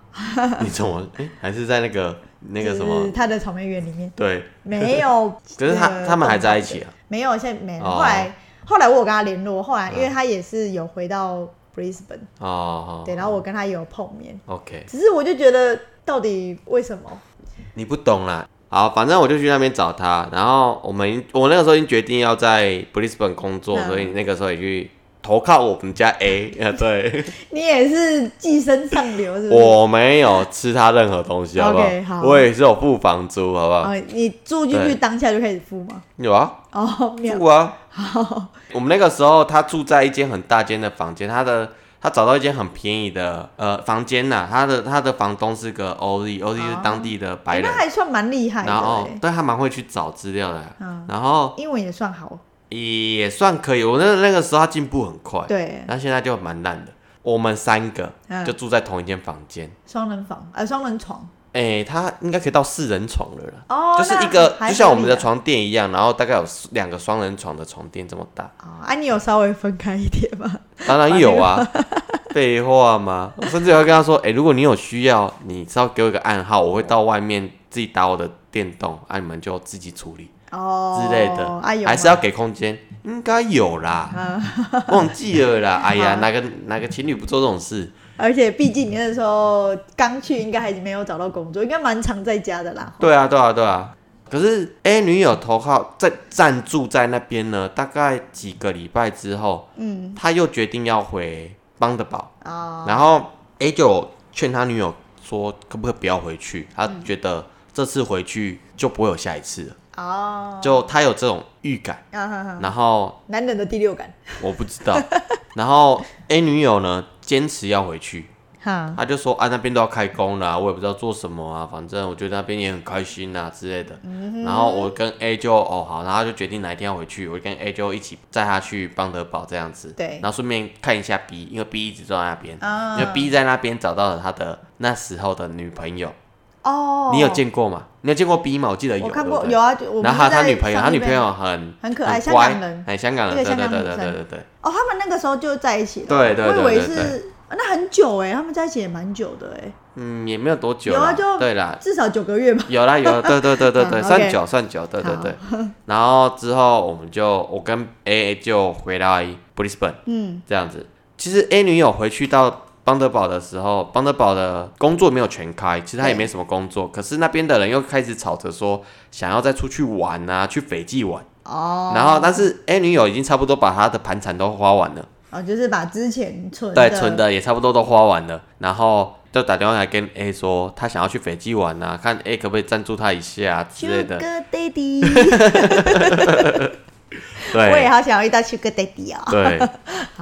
Speaker 3: 你怎么？哎、还是在那个那个什
Speaker 2: 就是
Speaker 3: 么？
Speaker 2: 他的草莓园里面
Speaker 3: 对，。
Speaker 2: 没有
Speaker 3: (laughs) 可是他
Speaker 2: 那个
Speaker 3: 他们还在一
Speaker 2: 工厂
Speaker 3: 起啊。
Speaker 2: 没有，现在没了。
Speaker 3: 哦
Speaker 2: 后来后来我有跟他联络，后来因为他也是有回到 Brisbane，、
Speaker 3: 哦，
Speaker 2: 对，然后我跟他也有碰面，
Speaker 3: OK，
Speaker 2: 只是我就觉得到底为什么？
Speaker 3: 你不懂啦。好，反正我就去那边找他，然后我们我那个时候已经决定要在 Brisbane 工作，
Speaker 2: 嗯
Speaker 3: 所以那个时候也去投靠我们家
Speaker 2: (laughs)
Speaker 3: A 啊，对，
Speaker 2: 你也是寄生上流是不是？
Speaker 3: 我没有吃他任何东西，好不
Speaker 2: OK，好
Speaker 3: 我也是有付房租，好不好？
Speaker 2: 啊、你住进
Speaker 3: 对
Speaker 2: 去当下就开始付吗？
Speaker 3: 有啊，
Speaker 2: 哦，没有
Speaker 3: 付啊。
Speaker 2: (laughs)
Speaker 3: 我们那个时候他住在一间很大间的房间，他的他找到一间很便宜的呃房间呐、他的他的房东是个 OZ，OZ 是当地的白
Speaker 2: 哎
Speaker 3: 人
Speaker 2: 那，还算蛮厉害的、
Speaker 3: 然后哦
Speaker 2: 欸，
Speaker 3: 对他蛮会去找资料的，
Speaker 2: 嗯
Speaker 3: 然后
Speaker 2: 英文也算好，
Speaker 3: 也算可以。我那那个时候他进步很快，，
Speaker 2: 对，
Speaker 3: 那现在就蛮烂的。我们三个
Speaker 2: 嗯
Speaker 3: 就住在同一间房间，
Speaker 2: 双人房呃双人床
Speaker 3: 哎、他应该可以到四人床了啦，
Speaker 2: 哦，
Speaker 3: 就是一
Speaker 2: 那
Speaker 3: 个
Speaker 2: 还
Speaker 3: 就像我们的
Speaker 2: 合理啊。
Speaker 3: 床垫一样，然后大概有两个双人床的床垫这么大，
Speaker 2: 哦，啊，你有稍微分开一点吗？ (laughs)
Speaker 3: 当然有啊， (laughs) 废话嘛，我甚至还跟他说，哎、如果你有需要，你只要给我一个暗号，我会到外面自己打我的电动，啊，你们就自己处理
Speaker 2: 哦，
Speaker 3: 之类的，
Speaker 2: 啊，有
Speaker 3: 还是
Speaker 2: 吗
Speaker 3: 要给空间，应该有啦，忘记了啦，哎呀，哪个哪个情侣不做这种事？
Speaker 2: 而且毕竟你那时候刚去，应该还没有找到工作，应该蛮常在家的啦。
Speaker 3: 对啊，对啊，对啊。可是 A 女友投靠在暂住在那边呢，大概几个礼拜之后，
Speaker 2: 嗯
Speaker 3: 他又决定要回邦德堡，
Speaker 2: 啊、
Speaker 3: 然后 A 就有劝他女友说，可不可以不要回
Speaker 2: 嗯
Speaker 3: 去？他觉得这次回去就不会有下一次了，
Speaker 2: 哦，
Speaker 3: 就他有这种预感。
Speaker 2: 啊哈哈，
Speaker 3: 然后
Speaker 2: 男人的第六感，
Speaker 3: 我不知道，然后 A 女友呢坚持要回去，
Speaker 2: 哈，
Speaker 3: 他就说啊那边都要开工了，我也不知道做什么啊，反正我觉得那边也很开心啊之类的。然后我跟 A 就哦好，然后就决定哪一天要回去，我跟 A 就一起载他去邦德堡这样子。
Speaker 2: 对啊
Speaker 3: 然后顺便看一下 B，因为 B 一直都在那边，因为 B 在那边找到了他的那时候的女朋友，
Speaker 2: 哦，
Speaker 3: 你有见过吗？你有见过 B 吗？我记得有，
Speaker 2: 我看
Speaker 3: 对
Speaker 2: 过
Speaker 3: 不对
Speaker 2: 有啊，就我们
Speaker 3: 然后还有他
Speaker 2: 在
Speaker 3: 女朋友，
Speaker 2: 上
Speaker 3: 他女
Speaker 2: 面
Speaker 3: 朋友很
Speaker 2: 很可爱香
Speaker 3: 乖
Speaker 2: 港人
Speaker 3: 哎，香港人，
Speaker 2: 一
Speaker 3: 对
Speaker 2: 个香
Speaker 3: 对
Speaker 2: 港
Speaker 3: 对对
Speaker 2: 女
Speaker 3: 对
Speaker 2: 生
Speaker 3: 对对。
Speaker 2: 哦，他们那个时候就在一起了，
Speaker 3: 对对对
Speaker 2: 我以为
Speaker 3: 对
Speaker 2: 是
Speaker 3: 对
Speaker 2: 啊那很久哎，他们在一起也蛮久的哎，
Speaker 3: 嗯，也没有多久
Speaker 2: 有
Speaker 3: 啦，
Speaker 2: 啊就
Speaker 3: 对啦，
Speaker 2: 至少九个月吧，
Speaker 3: (laughs) 有啦有啦，对对对对对，
Speaker 2: 嗯
Speaker 3: 算
Speaker 2: OK
Speaker 3: 久算久，对对对。
Speaker 2: (laughs)
Speaker 3: 然后之后我们就我跟 A 就回来 Brisbane
Speaker 2: 嗯，
Speaker 3: 这样子。其实 A 女友回去到邦德堡的时候，邦德堡的工作没有全开，其实她也
Speaker 2: 对
Speaker 3: 没什么工作，可是那边的人又开始吵着说想要再出去玩啊，去斐济玩。
Speaker 2: 哦，
Speaker 3: 然后但是 A 女友已经差不多把她的盘缠都花完了。
Speaker 2: 哦，就是把之前存
Speaker 3: 对，存的也差不多都花完了，然后就打电话来跟 A 说，他想要去斐济玩啊，看 A 可不可以赞助他一下之类的。
Speaker 2: Sugar Daddy，我也
Speaker 3: (laughs) 对
Speaker 2: 好想要遇到 Sugar Daddy 哦，
Speaker 3: 对，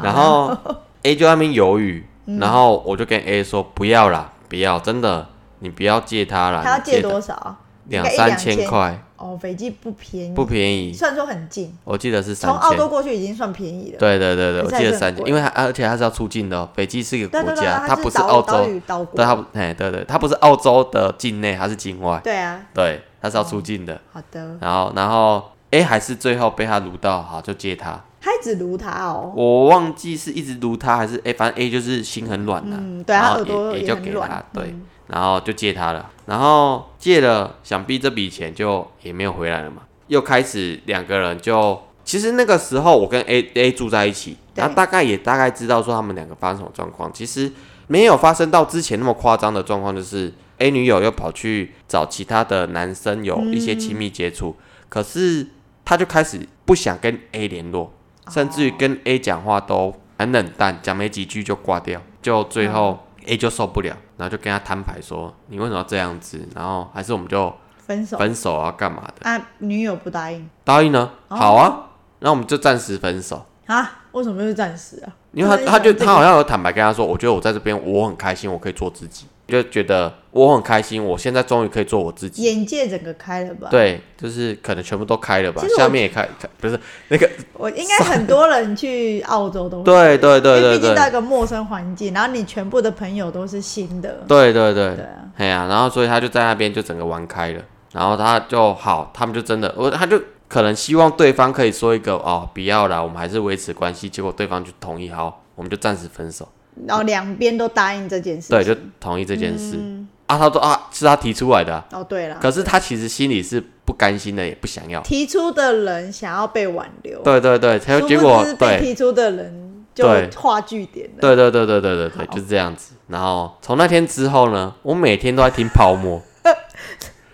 Speaker 3: 然后 A 就在那边犹豫，
Speaker 2: 嗯
Speaker 3: 然后我就跟 A 说，不要啦，不要，真的，你不要借他啦。
Speaker 2: 他要
Speaker 3: 你
Speaker 2: 借
Speaker 3: 他
Speaker 2: 多少？
Speaker 3: 两
Speaker 2: 应该一
Speaker 3: 三
Speaker 2: 两
Speaker 3: 千块，
Speaker 2: 哦，斐济不便宜，
Speaker 3: 不便宜，
Speaker 2: 虽然说很近，
Speaker 3: 我记得是三
Speaker 2: 从澳洲
Speaker 3: 千。
Speaker 2: 过去已经算便宜了。
Speaker 3: 对对对对，
Speaker 2: 可
Speaker 3: 我
Speaker 2: 是还
Speaker 3: 记得
Speaker 2: 是很
Speaker 3: 三千，
Speaker 2: 贵
Speaker 3: 因为它而且它是要出境的哦，斐济是一个
Speaker 2: 对
Speaker 3: 国
Speaker 2: 对对
Speaker 3: 家，
Speaker 2: 它
Speaker 3: 它
Speaker 2: 是
Speaker 3: 不是
Speaker 2: 岛
Speaker 3: 澳
Speaker 2: 岛
Speaker 3: 洲
Speaker 2: 屿岛，国
Speaker 3: 对它不，哎对对，它不是澳洲的境内，它是境外，
Speaker 2: 对啊，
Speaker 3: 对，他是要出境的。
Speaker 2: 好的，
Speaker 3: 然后，然后 A 还是最后被他撸到，好就借他。
Speaker 2: 他一直撸他哦，
Speaker 3: 我忘记是一直撸他还是 A，反正 A 就是心很软呐、
Speaker 2: 嗯对
Speaker 3: 然
Speaker 2: 他
Speaker 3: 后
Speaker 2: 耳朵
Speaker 3: 也
Speaker 2: 也
Speaker 3: 就
Speaker 2: 很
Speaker 3: 给
Speaker 2: 软
Speaker 3: 他，对，
Speaker 2: 嗯
Speaker 3: 然后就借他了。然后借了，想必这笔钱就也没有回来了嘛。又开始两个人就，其实那个时候我跟 A A 住在一起，
Speaker 2: 对
Speaker 3: 然后大概也大概知道说他们两个发生什么状况。其实没有发生到之前那么夸张的状况，就是 A 女友又跑去找其他的男生有一些亲密接触，可是她就开始不想跟 A 联络，甚至于跟 A 讲话都很冷淡，讲没几句就挂掉，就最后 A 就受不了，然后就跟他摊牌说：“你为什么要这样子？然后还是我们就
Speaker 2: 分手
Speaker 3: 分手啊，干嘛的
Speaker 2: 啊，女友不答应？”
Speaker 3: 答应呢？好啊，那我们就暂时分手。
Speaker 2: 啊，为什么又是暂时啊？
Speaker 3: 因为他
Speaker 2: 对
Speaker 3: 他就他好
Speaker 2: 想
Speaker 3: 像有坦白跟他说，我觉得我在这边我很开心，我可以做自己，就觉得我很开心，我现在终于可以做我自己。
Speaker 2: 眼界整个开了吧？，
Speaker 3: 对，就是可能全部都开了吧
Speaker 2: 其实，我
Speaker 3: 下面也开，开不是那个，
Speaker 2: 我应该很多人去澳洲都会，
Speaker 3: 对对 (laughs) 对
Speaker 2: 因为
Speaker 3: 对
Speaker 2: 毕竟
Speaker 3: 对，
Speaker 2: 到一个陌生环境，然后你全部的朋友都是新的，
Speaker 3: 对对对
Speaker 2: 对啊，
Speaker 3: 哎呀、然后所以他就在那边就整个玩开了，然后他就好，他们就真的，我他就可能希望对方可以说一个哦，不要啦，我们还是维持关系，结果对方就同意，好，我们就暂时分手，
Speaker 2: 然后两边都答应这件事情。
Speaker 3: 对，就同意这件事。
Speaker 2: 嗯
Speaker 3: 啊，他说啊，是他提出来的啊、
Speaker 2: 哦，对了，
Speaker 3: 可是他其实心里是不甘心的，也不想要。
Speaker 2: 提出的人想要被挽留，
Speaker 3: 对对对，才
Speaker 2: 殊
Speaker 3: 有结
Speaker 2: 不
Speaker 3: 果
Speaker 2: 知被
Speaker 3: 对
Speaker 2: 提出的人就
Speaker 3: 对
Speaker 2: 画句点了。
Speaker 3: 对对对对对对对，就是这样子。然后从那天之后呢，我每天都在听泡沫。 (laughs)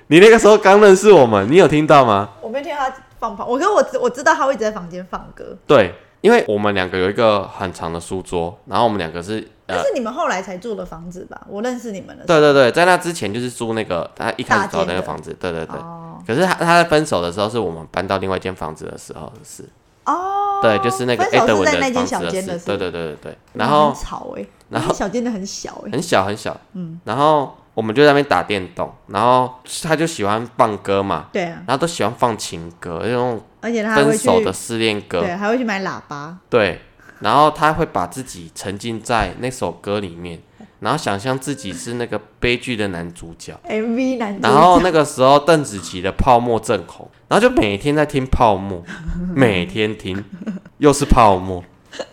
Speaker 3: 你那个时候刚认识我们，你有听到吗？
Speaker 2: 我没听到他放炮，我跟我知我知道他会一直在房间放歌，
Speaker 3: 对，因为我们两个有一个很长的书桌，然后我们两个是呃
Speaker 2: 但，是你们后来才住的房子吧？我认识你们的时候，
Speaker 3: 对对对，在那之前就是住那个他一开始找的那个房子，对对对。
Speaker 2: 哦
Speaker 3: 可是他他在分手的时候，是我们搬到另外一间房子的时候的事。
Speaker 2: 哦，
Speaker 3: 对，就是那个
Speaker 2: 分手
Speaker 3: Edward
Speaker 2: 是在
Speaker 3: 的
Speaker 2: 那
Speaker 3: 房
Speaker 2: 间小
Speaker 3: 子
Speaker 2: 间的是
Speaker 3: 的事。对对对对对。然
Speaker 2: 哇
Speaker 3: 后
Speaker 2: 很吵哎，
Speaker 3: 然
Speaker 2: 那
Speaker 3: 后
Speaker 2: 间小间的很小哎，
Speaker 3: 很小很小，嗯，然后我们就在那边打电动，然后他就喜欢放歌嘛，
Speaker 2: 对啊，
Speaker 3: 然后都喜欢放情歌，那种
Speaker 2: 而且他还
Speaker 3: 分
Speaker 2: 会去
Speaker 3: 手的失恋歌，
Speaker 2: 对，还啊会去买喇叭，
Speaker 3: 对，然后他会把自己沉浸在那首歌里面，然后想象自己是那个悲剧的男主角，
Speaker 2: MV 男主
Speaker 3: 然后那个时候邓紫棋的《泡沫》正红，然后就每天在听《泡沫》，每天听，又是《泡沫》，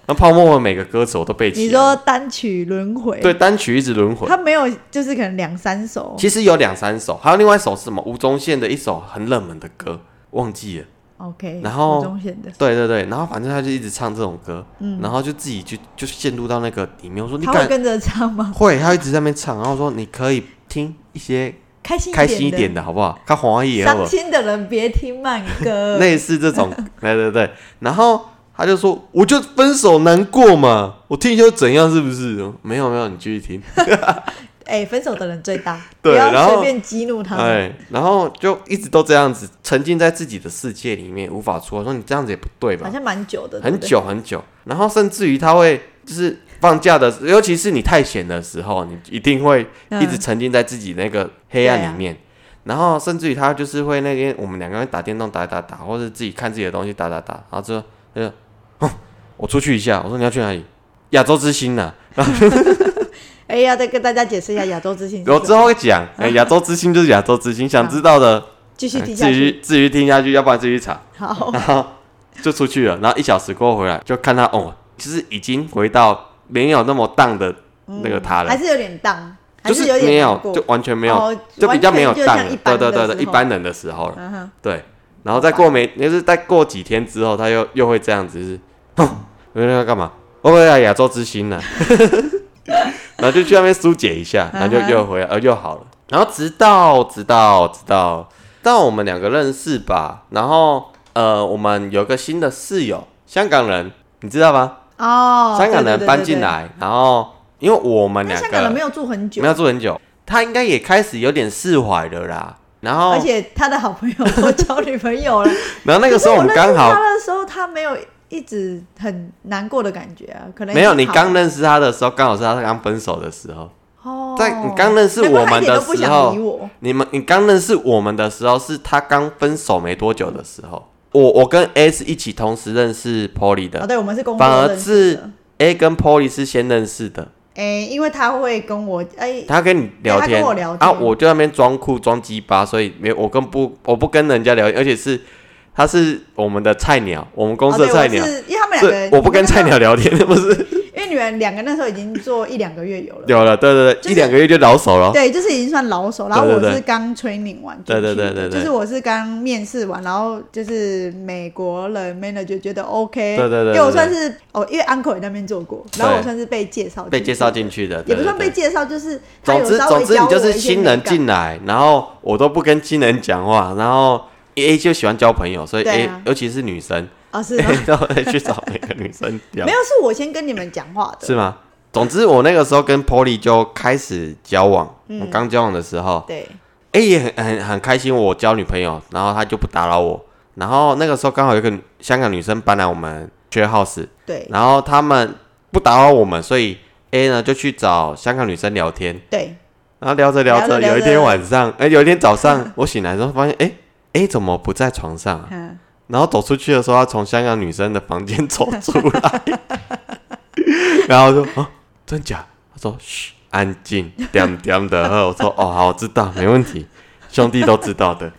Speaker 3: 那《泡沫》我每个歌词我都背起来，
Speaker 2: 你说单曲轮回，
Speaker 3: 对，单曲一直轮回，
Speaker 2: 他没有就是可能两三首，
Speaker 3: 哦其实有两三首，还有另外一首是什么？吴宗宪的一首很冷门的歌，忘记了。
Speaker 2: OK，
Speaker 3: 然后
Speaker 2: 吴宗宪的，
Speaker 3: 对对对，然后反正他就一直唱这种歌，然后就自己就就陷入到那个里面。我说你
Speaker 2: 嗯他会
Speaker 3: 敢
Speaker 2: 跟着唱吗？
Speaker 3: 会，他一直在那边唱，然后我说你可以听一些
Speaker 2: 开心
Speaker 3: (laughs) 开心一
Speaker 2: 点
Speaker 3: 点
Speaker 2: 的，
Speaker 3: 的好
Speaker 2: (laughs)
Speaker 3: 哦不好？看黄阿姨也
Speaker 2: 伤
Speaker 3: 有
Speaker 2: 心的人别听慢
Speaker 3: (laughs)
Speaker 2: 歌。
Speaker 3: 类似这种，对对对。然后他就说，我就分手难过嘛，我听一下又怎样是不是？没有没有，你继续听。
Speaker 2: 哎、分手的人最大，
Speaker 3: 对
Speaker 2: 不
Speaker 3: 然
Speaker 2: 要
Speaker 3: 后
Speaker 2: 随便激怒他们。
Speaker 3: 哎，然后就一直都这样子，沉浸在自己的世界里面，无法出来。说你这样子也不对吧
Speaker 2: 好？像蛮久的，对
Speaker 3: 很
Speaker 2: 不对。
Speaker 3: 久很久，然后甚至于他会就是放假的，尤其是你太闲的时候，你一定会一直沉浸在自己那个黑暗里面。
Speaker 2: 啊
Speaker 3: 然后甚至于他就是会那天我们两个人打电动打一打打，或者自己看自己的东西打打打，然后之后他就，哼我出去一下。我说你要去哪里？亚洲之星呐、
Speaker 2: (laughs) 哎呀，再跟大家解释一下亚洲之星是什
Speaker 3: 我
Speaker 2: 么。
Speaker 3: 之后会讲，哎、亚洲之星就是亚洲之星，想知
Speaker 2: (laughs)
Speaker 3: 道的
Speaker 2: 继续
Speaker 3: 哎
Speaker 2: 听嗯下
Speaker 3: 至
Speaker 2: 去。
Speaker 3: 于至于听下去，要不然自己去查。
Speaker 2: 好，
Speaker 3: (laughs) 然后就出去了，然后一小时过后回来，就看他哦，就是已经回到没有那么荡的那个他了，
Speaker 2: 嗯还是有点荡，还
Speaker 3: 就是
Speaker 2: 有点
Speaker 3: 没有
Speaker 2: 难过，
Speaker 3: 就完全没有，
Speaker 2: 哦
Speaker 3: 就比较没有
Speaker 2: 完全就
Speaker 3: 荡
Speaker 2: 像
Speaker 3: 了
Speaker 2: 一，
Speaker 3: 对
Speaker 2: 般
Speaker 3: 对
Speaker 2: 的
Speaker 3: 对对，
Speaker 2: 时
Speaker 3: 一
Speaker 2: 候
Speaker 3: 般人的时候了，
Speaker 2: 嗯哼，
Speaker 3: 对。然后再过没，就是再过几天之后，他又又会这样子，就是，哼，要干嘛？哦我回来亚洲之星呢、 (laughs) 然后就去那边疏解一下，
Speaker 2: 嗯
Speaker 3: 然后就又回来，呃，又好了。然后直到直到直到到我们两个认识吧，然后呃，我们有个新的室友，香港人，你知道吗？
Speaker 2: 哦，
Speaker 3: 香港
Speaker 2: 对
Speaker 3: 人搬进，来，然后因为我们
Speaker 2: 对对对但
Speaker 3: 两个
Speaker 2: 香港人没有住很久
Speaker 3: 没，有住很久，他应该也开始有点释怀了啦。然后
Speaker 2: 而且他的好朋友 (laughs)
Speaker 3: (laughs)
Speaker 2: 都交女朋友了。
Speaker 3: 然哦后那个时候我们刚好
Speaker 2: 可是我认识他的时候，他没有一直很难过的感觉啊，可能
Speaker 3: 没有，
Speaker 2: 已
Speaker 3: 你
Speaker 2: 经好了
Speaker 3: 刚认识他的时候，刚好是他刚分手的时候。
Speaker 2: 哦，
Speaker 3: 在你刚认识我
Speaker 2: 难怪
Speaker 3: 们的
Speaker 2: 他一点都不
Speaker 3: 时
Speaker 2: 想
Speaker 3: 候
Speaker 2: 理我，
Speaker 3: 你们你刚认识我们的时候，是他刚分手没多久的时候。我我跟 S 一起同时认识 Polly
Speaker 2: 哦，
Speaker 3: 的，
Speaker 2: 对，我们是工
Speaker 3: 反
Speaker 2: 作
Speaker 3: 而
Speaker 2: 认识
Speaker 3: 是
Speaker 2: 的。
Speaker 3: A 跟 Polly 是先认识的。
Speaker 2: 哎，因为他会跟我哎，
Speaker 3: 他跟你聊
Speaker 2: 对他
Speaker 3: 天，
Speaker 2: 跟我聊天
Speaker 3: 啊，我就在那边装酷装鸡巴，所以没有我跟不我不跟人家聊天，而且是他是我们的菜鸟，我们公司的
Speaker 2: 哦对我
Speaker 3: 菜鸟，
Speaker 2: 是因为他 (laughs) 们两
Speaker 3: 所
Speaker 2: 个
Speaker 3: 以
Speaker 2: 人，
Speaker 3: 我不跟菜鸟聊天， (laughs) 不是
Speaker 2: 因为你们两个那时候已经做一两个月有了，
Speaker 3: 有了，对对
Speaker 2: 就
Speaker 3: 对，
Speaker 2: 是
Speaker 3: 一两个月就老手了，
Speaker 2: 对，就是已经算老手，然后
Speaker 3: 哦对对
Speaker 2: 我
Speaker 3: 对
Speaker 2: 是刚 training 完进
Speaker 3: 对
Speaker 2: 去
Speaker 3: 对
Speaker 2: 的，
Speaker 3: 对对
Speaker 2: 就
Speaker 3: 对
Speaker 2: 是我是刚面试完，然后就是美国人 manager 觉得 OK，
Speaker 3: 对对对对
Speaker 2: 因为我算是哦，因为 uncle 也在那边做过，然后
Speaker 3: 对
Speaker 2: 我算是被介绍，
Speaker 3: 被介绍，进去的，
Speaker 2: 也
Speaker 3: 对
Speaker 2: 不
Speaker 3: 对
Speaker 2: 算被
Speaker 3: 对。
Speaker 2: 介绍，就是他
Speaker 3: 总
Speaker 2: 有
Speaker 3: 之
Speaker 2: 稍
Speaker 3: 总
Speaker 2: 微
Speaker 3: 之
Speaker 2: 教
Speaker 3: 你
Speaker 2: 我
Speaker 3: 就是
Speaker 2: 一些
Speaker 3: 新人
Speaker 2: 美感
Speaker 3: 进来，然后我都不跟新人讲话，然后 A 就喜欢交朋友，所以 A、
Speaker 2: 对啊
Speaker 3: 尤其是女生，
Speaker 2: 啊，
Speaker 3: (laughs)
Speaker 2: 是吗
Speaker 3: 然都会去找每个女生
Speaker 2: (laughs)
Speaker 3: 聊
Speaker 2: 没，有是我先跟你们讲话的，
Speaker 3: 是吗？总之我那个时候跟 Polly 就开始交往，
Speaker 2: 嗯
Speaker 3: 我刚交往的时候，
Speaker 2: 对，
Speaker 3: 哎、也很很很开心，我交女朋友，然后她就不打扰我。然后那个时候刚好有一个香港女生搬来我们 share house，
Speaker 2: 对
Speaker 3: 然后他们不打扰我们，所以 A 呢就去找香港女生聊天，
Speaker 2: 对，
Speaker 3: 然后聊着聊
Speaker 2: 聊着
Speaker 3: 着，
Speaker 2: 聊着
Speaker 3: 有一天晚上，哎、有一天早上我醒来之后发现，哎、A 怎么不在床上啊、
Speaker 2: 嗯，
Speaker 3: 然后走出去的时候，她从香港女生的房间走出来， (laughs) 然后我说啊，真假？他说嘘，安静，点点的喝。我说哦，好，我知道，没问题，兄弟都知道的，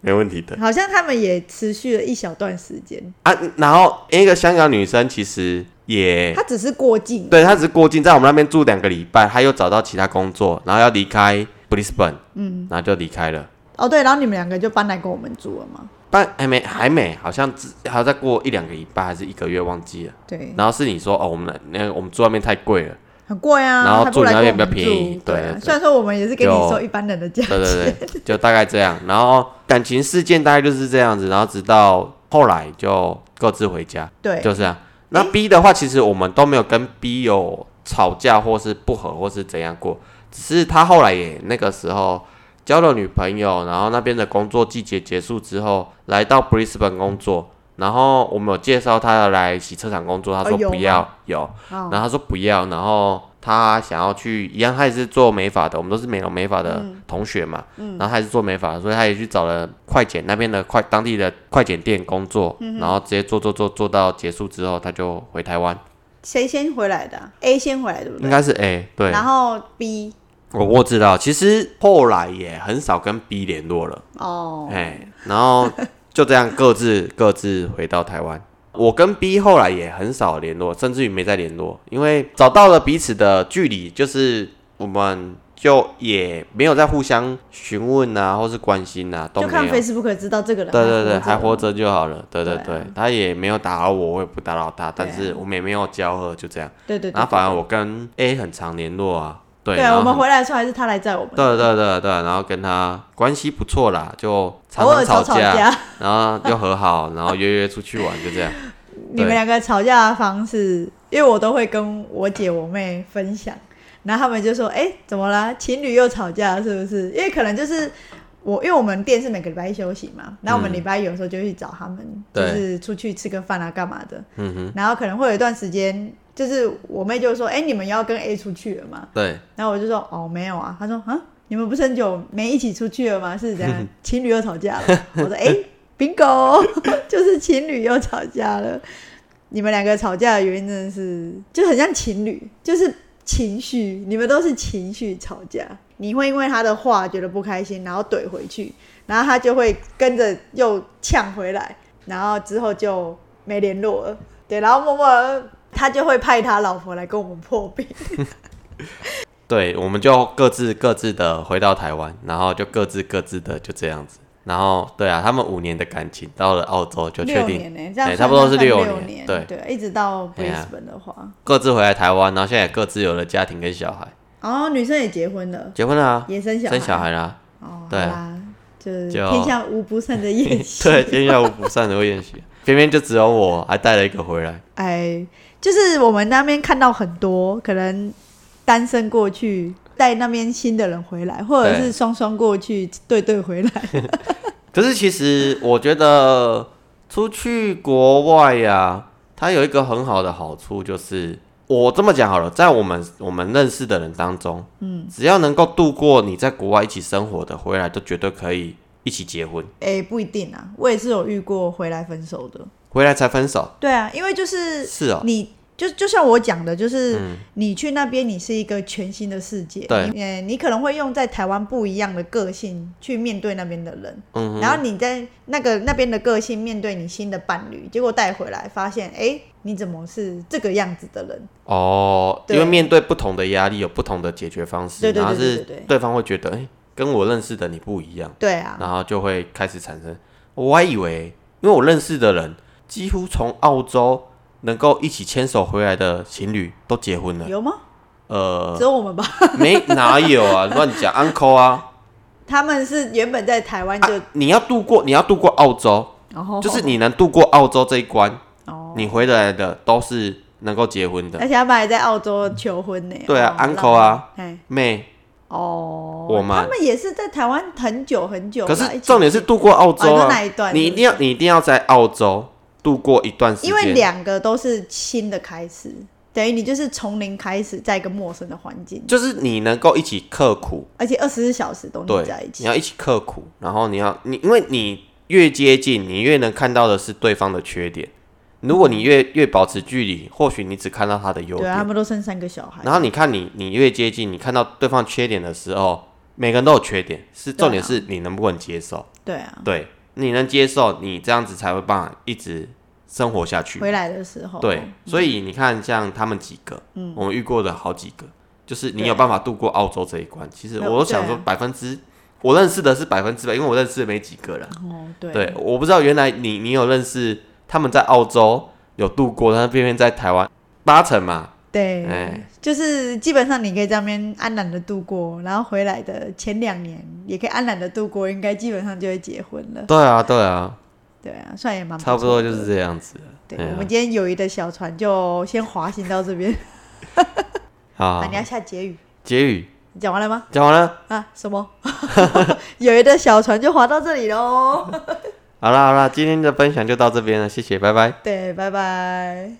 Speaker 3: 没问题的
Speaker 2: 好像他们也持续了一小段时间，
Speaker 3: 啊。然后那个香港女生其实也
Speaker 2: 他只是过境，
Speaker 3: 对她只是过境，在我们那边住两个礼拜，她又找到其他工作，然后要离开 Brisbane，嗯，然后就离开了。
Speaker 2: 哦对，然后你们两个就搬来跟我们住了嘛，
Speaker 3: 但还没还没，好像只还要再过一两个礼拜还是一个月，忘记了。
Speaker 2: 对，
Speaker 3: 然后是你说哦，我们那那个我们住外面太贵了，
Speaker 2: 很贵啊，
Speaker 3: 然后
Speaker 2: 他
Speaker 3: 住
Speaker 2: 不来
Speaker 3: 那边
Speaker 2: 跟我
Speaker 3: 比
Speaker 2: 们
Speaker 3: 较便宜
Speaker 2: 住
Speaker 3: 对
Speaker 2: 对啊
Speaker 3: 对
Speaker 2: 虽然说我们也是给你
Speaker 3: 就
Speaker 2: 收一般人的价钱，
Speaker 3: 对对对，就大概这样。然后感情事件大概就是这样子，然后直到后来就各自回家，
Speaker 2: (laughs) 对
Speaker 3: 就这样。那 B 的话，其实我们都没有跟 B 有吵架或是不和或是怎样过，只是他后来也那个时候交了女朋友，然后那边的工作季节结束之后，来到 Brisbane 工作。然后我们有介绍他来洗车厂工作，他
Speaker 2: 哦
Speaker 3: 说
Speaker 2: 有
Speaker 3: 不
Speaker 2: 吗
Speaker 3: 要，有
Speaker 2: 哦
Speaker 3: 然后他说不要，然后他想要去一样，他也是做美发的，我们都是美容美发的
Speaker 2: 嗯
Speaker 3: 同学嘛，然后他也是做美发的，所以他也去找了快剪那边的快当地的快剪店工作，
Speaker 2: 嗯
Speaker 3: 然后直接做做做做到结束之后，他就回台湾，
Speaker 2: 谁先回来的啊？A 先回来，对不
Speaker 3: 应
Speaker 2: 对？
Speaker 3: 该是 A 对，
Speaker 2: 然后 B
Speaker 3: 我我知道，其实后来也很少跟 B 联络了，
Speaker 2: 哦，
Speaker 3: 哎、然后就这样各自各自回到台湾。我跟 B 后来也很少联络，甚至于没再联络，因为找到了彼此的距离，就是我们就也没有再互相询问啊，或是关心啊，都
Speaker 2: 就
Speaker 3: 没
Speaker 2: 看
Speaker 3: 有。
Speaker 2: Facebook 知道这个人啊
Speaker 3: 对对对，还
Speaker 2: 还
Speaker 3: 活
Speaker 2: 活着
Speaker 3: 着就好了。对对对，
Speaker 2: 对啊
Speaker 3: 他也没有打扰我，我也不打扰他，但
Speaker 2: 对啊
Speaker 3: 是我们也没有交恶，就这样。
Speaker 2: 对对对，
Speaker 3: 然后反而
Speaker 2: 对
Speaker 3: 我跟 A 很常联络啊，对，
Speaker 2: 对对
Speaker 3: 然后
Speaker 2: 我们
Speaker 3: 很
Speaker 2: 回来的时候还是他来载我们，
Speaker 3: 对对对对，然后跟他关系不错啦，就常
Speaker 2: 偶尔
Speaker 3: 常
Speaker 2: 吵
Speaker 3: 架，
Speaker 2: 架，
Speaker 3: 然后又和好，然后约约出去玩，就这样。 (laughs)
Speaker 2: 你们两个吵架的方式，因为我都会跟我姐我妹分享，然后他们就说：“哎，怎么啦？情侣又吵架了是不是？”因为可能就是我，因为我们店是每个礼拜一休息嘛，那我们
Speaker 3: 嗯
Speaker 2: 礼拜一有时候就去找他们，就
Speaker 3: 对
Speaker 2: 是出去吃个饭啊，干嘛的。
Speaker 3: 嗯哼，
Speaker 2: 然后可能会有一段时间，就是我妹就说：“哎、你们要跟 A 出去了吗
Speaker 3: 对，？”
Speaker 2: 然后我就说：“哦，没有啊。”她说：“啊，你们不是很久没一起出去了吗？是怎样？情侣又吵架了？”我说：“哎、b i n g o (laughs) 就是情侣又吵架了。你们两个吵架的原因真的是就很像情侣，就是情绪，你们都是情绪吵架。你会因为他的话觉得不开心，然后怼回去，然后他就会跟着又呛回来，然后之后就没联络了。对，然后默默地他就会派他老婆来跟我们破冰。
Speaker 3: 对，我们就各自各自的回到台湾，然后就各自各自的就这样子。然后，对啊，他们五年的感情到了澳洲就确
Speaker 2: 六
Speaker 3: 定，
Speaker 2: 年呢、这样算
Speaker 3: 哎差不多是
Speaker 2: 算六
Speaker 3: 六年对
Speaker 2: 一直到
Speaker 3: 哎呀
Speaker 2: Brisbane 的话，
Speaker 3: 各自回来台湾，然后现在也各自有了家庭跟小孩，
Speaker 2: 然后女生也结婚了，
Speaker 3: 结婚了、啊，
Speaker 2: 也生小孩，
Speaker 3: 生小孩啦、 (laughs)
Speaker 2: 哦，
Speaker 3: 对啊
Speaker 2: 好啦，就是
Speaker 3: 就
Speaker 2: 天下无不
Speaker 3: (laughs)
Speaker 2: 散的宴席。
Speaker 3: 对，天下无不散的宴席，偏偏就只有我还带了一个回来。
Speaker 2: 哎，就是我们那边看到很多可能单身过去带那边新的人回来，或者
Speaker 3: 对
Speaker 2: 是双双过去对对回来。
Speaker 3: 可是其实我觉得出去国外呀、它有一个很好的好处就是，我这么讲好了，在我们我们认识的人当中，嗯，只要能够度过你在国外一起生活的，回来都绝对可以一起结婚，
Speaker 2: 哎、不一定啊，我也是有遇过回来分手的。
Speaker 3: 回来才分手。
Speaker 2: 对啊，因为就是
Speaker 3: 是哦，
Speaker 2: 你就就像我讲的，就是、你去那边，你是一个全新的世界，
Speaker 3: 对
Speaker 2: 你呃你可能会用在台湾不一样的个性去面对那边的人，
Speaker 3: 嗯
Speaker 2: 然后你在那个那边的个性面对你新的伴侣，结果带回来发现，哎、你怎么是这个样子的人？
Speaker 3: 哦，因为
Speaker 2: 对
Speaker 3: 面对不同的压力有不同的解决方式，
Speaker 2: 对对对
Speaker 3: 然后是
Speaker 2: 对对对
Speaker 3: 对方会觉得，哎、跟我认识的你不一样。
Speaker 2: 对啊，
Speaker 3: 然后就会开始产生。我还以为，因为我认识的人几乎从澳洲能够一起牵手回来的情侣都结婚了，
Speaker 2: 有吗？
Speaker 3: 呃
Speaker 2: 只，有我们吧？
Speaker 3: 没 (laughs) 哪有啊，乱讲，uncle 啊
Speaker 2: 他们是原本在台湾
Speaker 3: 啊
Speaker 2: 就，
Speaker 3: 你要度过，你要度过澳洲，
Speaker 2: 然后、
Speaker 3: 就是你能度过澳洲这一关，
Speaker 2: 哦，哎
Speaker 3: 你回来的都是能够结婚
Speaker 2: 而
Speaker 3: 的。
Speaker 2: 且他们还在澳洲求婚呢、
Speaker 3: 对啊
Speaker 2: 哦
Speaker 3: ，uncle 啊，
Speaker 2: 浪漫哎
Speaker 3: 妹，
Speaker 2: 哦，
Speaker 3: 我们
Speaker 2: 他们也是在台湾很久很久
Speaker 3: 可
Speaker 2: 啦，
Speaker 3: 是
Speaker 2: 一起
Speaker 3: 重点是度过澳
Speaker 2: 哦
Speaker 3: 洲
Speaker 2: 你说
Speaker 3: 啊
Speaker 2: 那一，段
Speaker 3: 你一定要你一定要在澳洲度过一段时间，
Speaker 2: 因为两个都是新的开始，等于你就是从零开始，在一个陌生的环境，
Speaker 3: 就是你能够一起刻苦，
Speaker 2: 而且二十四小时都
Speaker 3: 对
Speaker 2: 腻在一，起
Speaker 3: 你。要一起刻苦，然后你要你，因为你越接近，你越能看到的是对方的缺点。如果你越越保持距离，或许你只看到他的优
Speaker 2: 对啊，他
Speaker 3: 点。
Speaker 2: 们都生三个小孩，
Speaker 3: 然后你看你你越接近，你看到对方缺点的时候，每个人都有缺点，是
Speaker 2: 对啊
Speaker 3: 重点是你能不能接受。
Speaker 2: 对啊，
Speaker 3: 对，你能接受，你这样子才会办法一直生活下去。
Speaker 2: 回来的时候，嗯
Speaker 3: 对，所以你看，像他们几个，我们遇过的好几个，就是你有办法度过澳洲这一关。其实
Speaker 2: 那
Speaker 3: 我都想
Speaker 2: 对
Speaker 3: 说
Speaker 2: 啊
Speaker 3: 百分之，我认识的是百分之百，因为我认识的没几个了。
Speaker 2: 哦，对，
Speaker 3: 对，我不知道原来你你有认识他们在澳洲有度过，但是偏偏在台湾八成嘛，
Speaker 2: 对
Speaker 3: 哎
Speaker 2: 就是基本上你可以在那边安然的度过，然后回来的前两年也可以安然的度过，应该基本上就会结婚了。
Speaker 3: 对啊对啊，
Speaker 2: 对啊，算也蛮
Speaker 3: 差不
Speaker 2: 错
Speaker 3: 多
Speaker 2: 的
Speaker 3: 就是这样子。
Speaker 2: 对，
Speaker 3: 哎呀
Speaker 2: 我们今天友谊的小船就先滑行到这边。(laughs)
Speaker 3: 好
Speaker 2: 啊，你，要下结语，
Speaker 3: 结语
Speaker 2: 你讲完了吗？
Speaker 3: 讲完了，
Speaker 2: 啊，什么？ (laughs) 友谊的小船就划到这里喽。 (laughs)
Speaker 3: 好啦好啦，今天的分享就到这边了，谢谢，拜拜。
Speaker 2: 对，拜拜。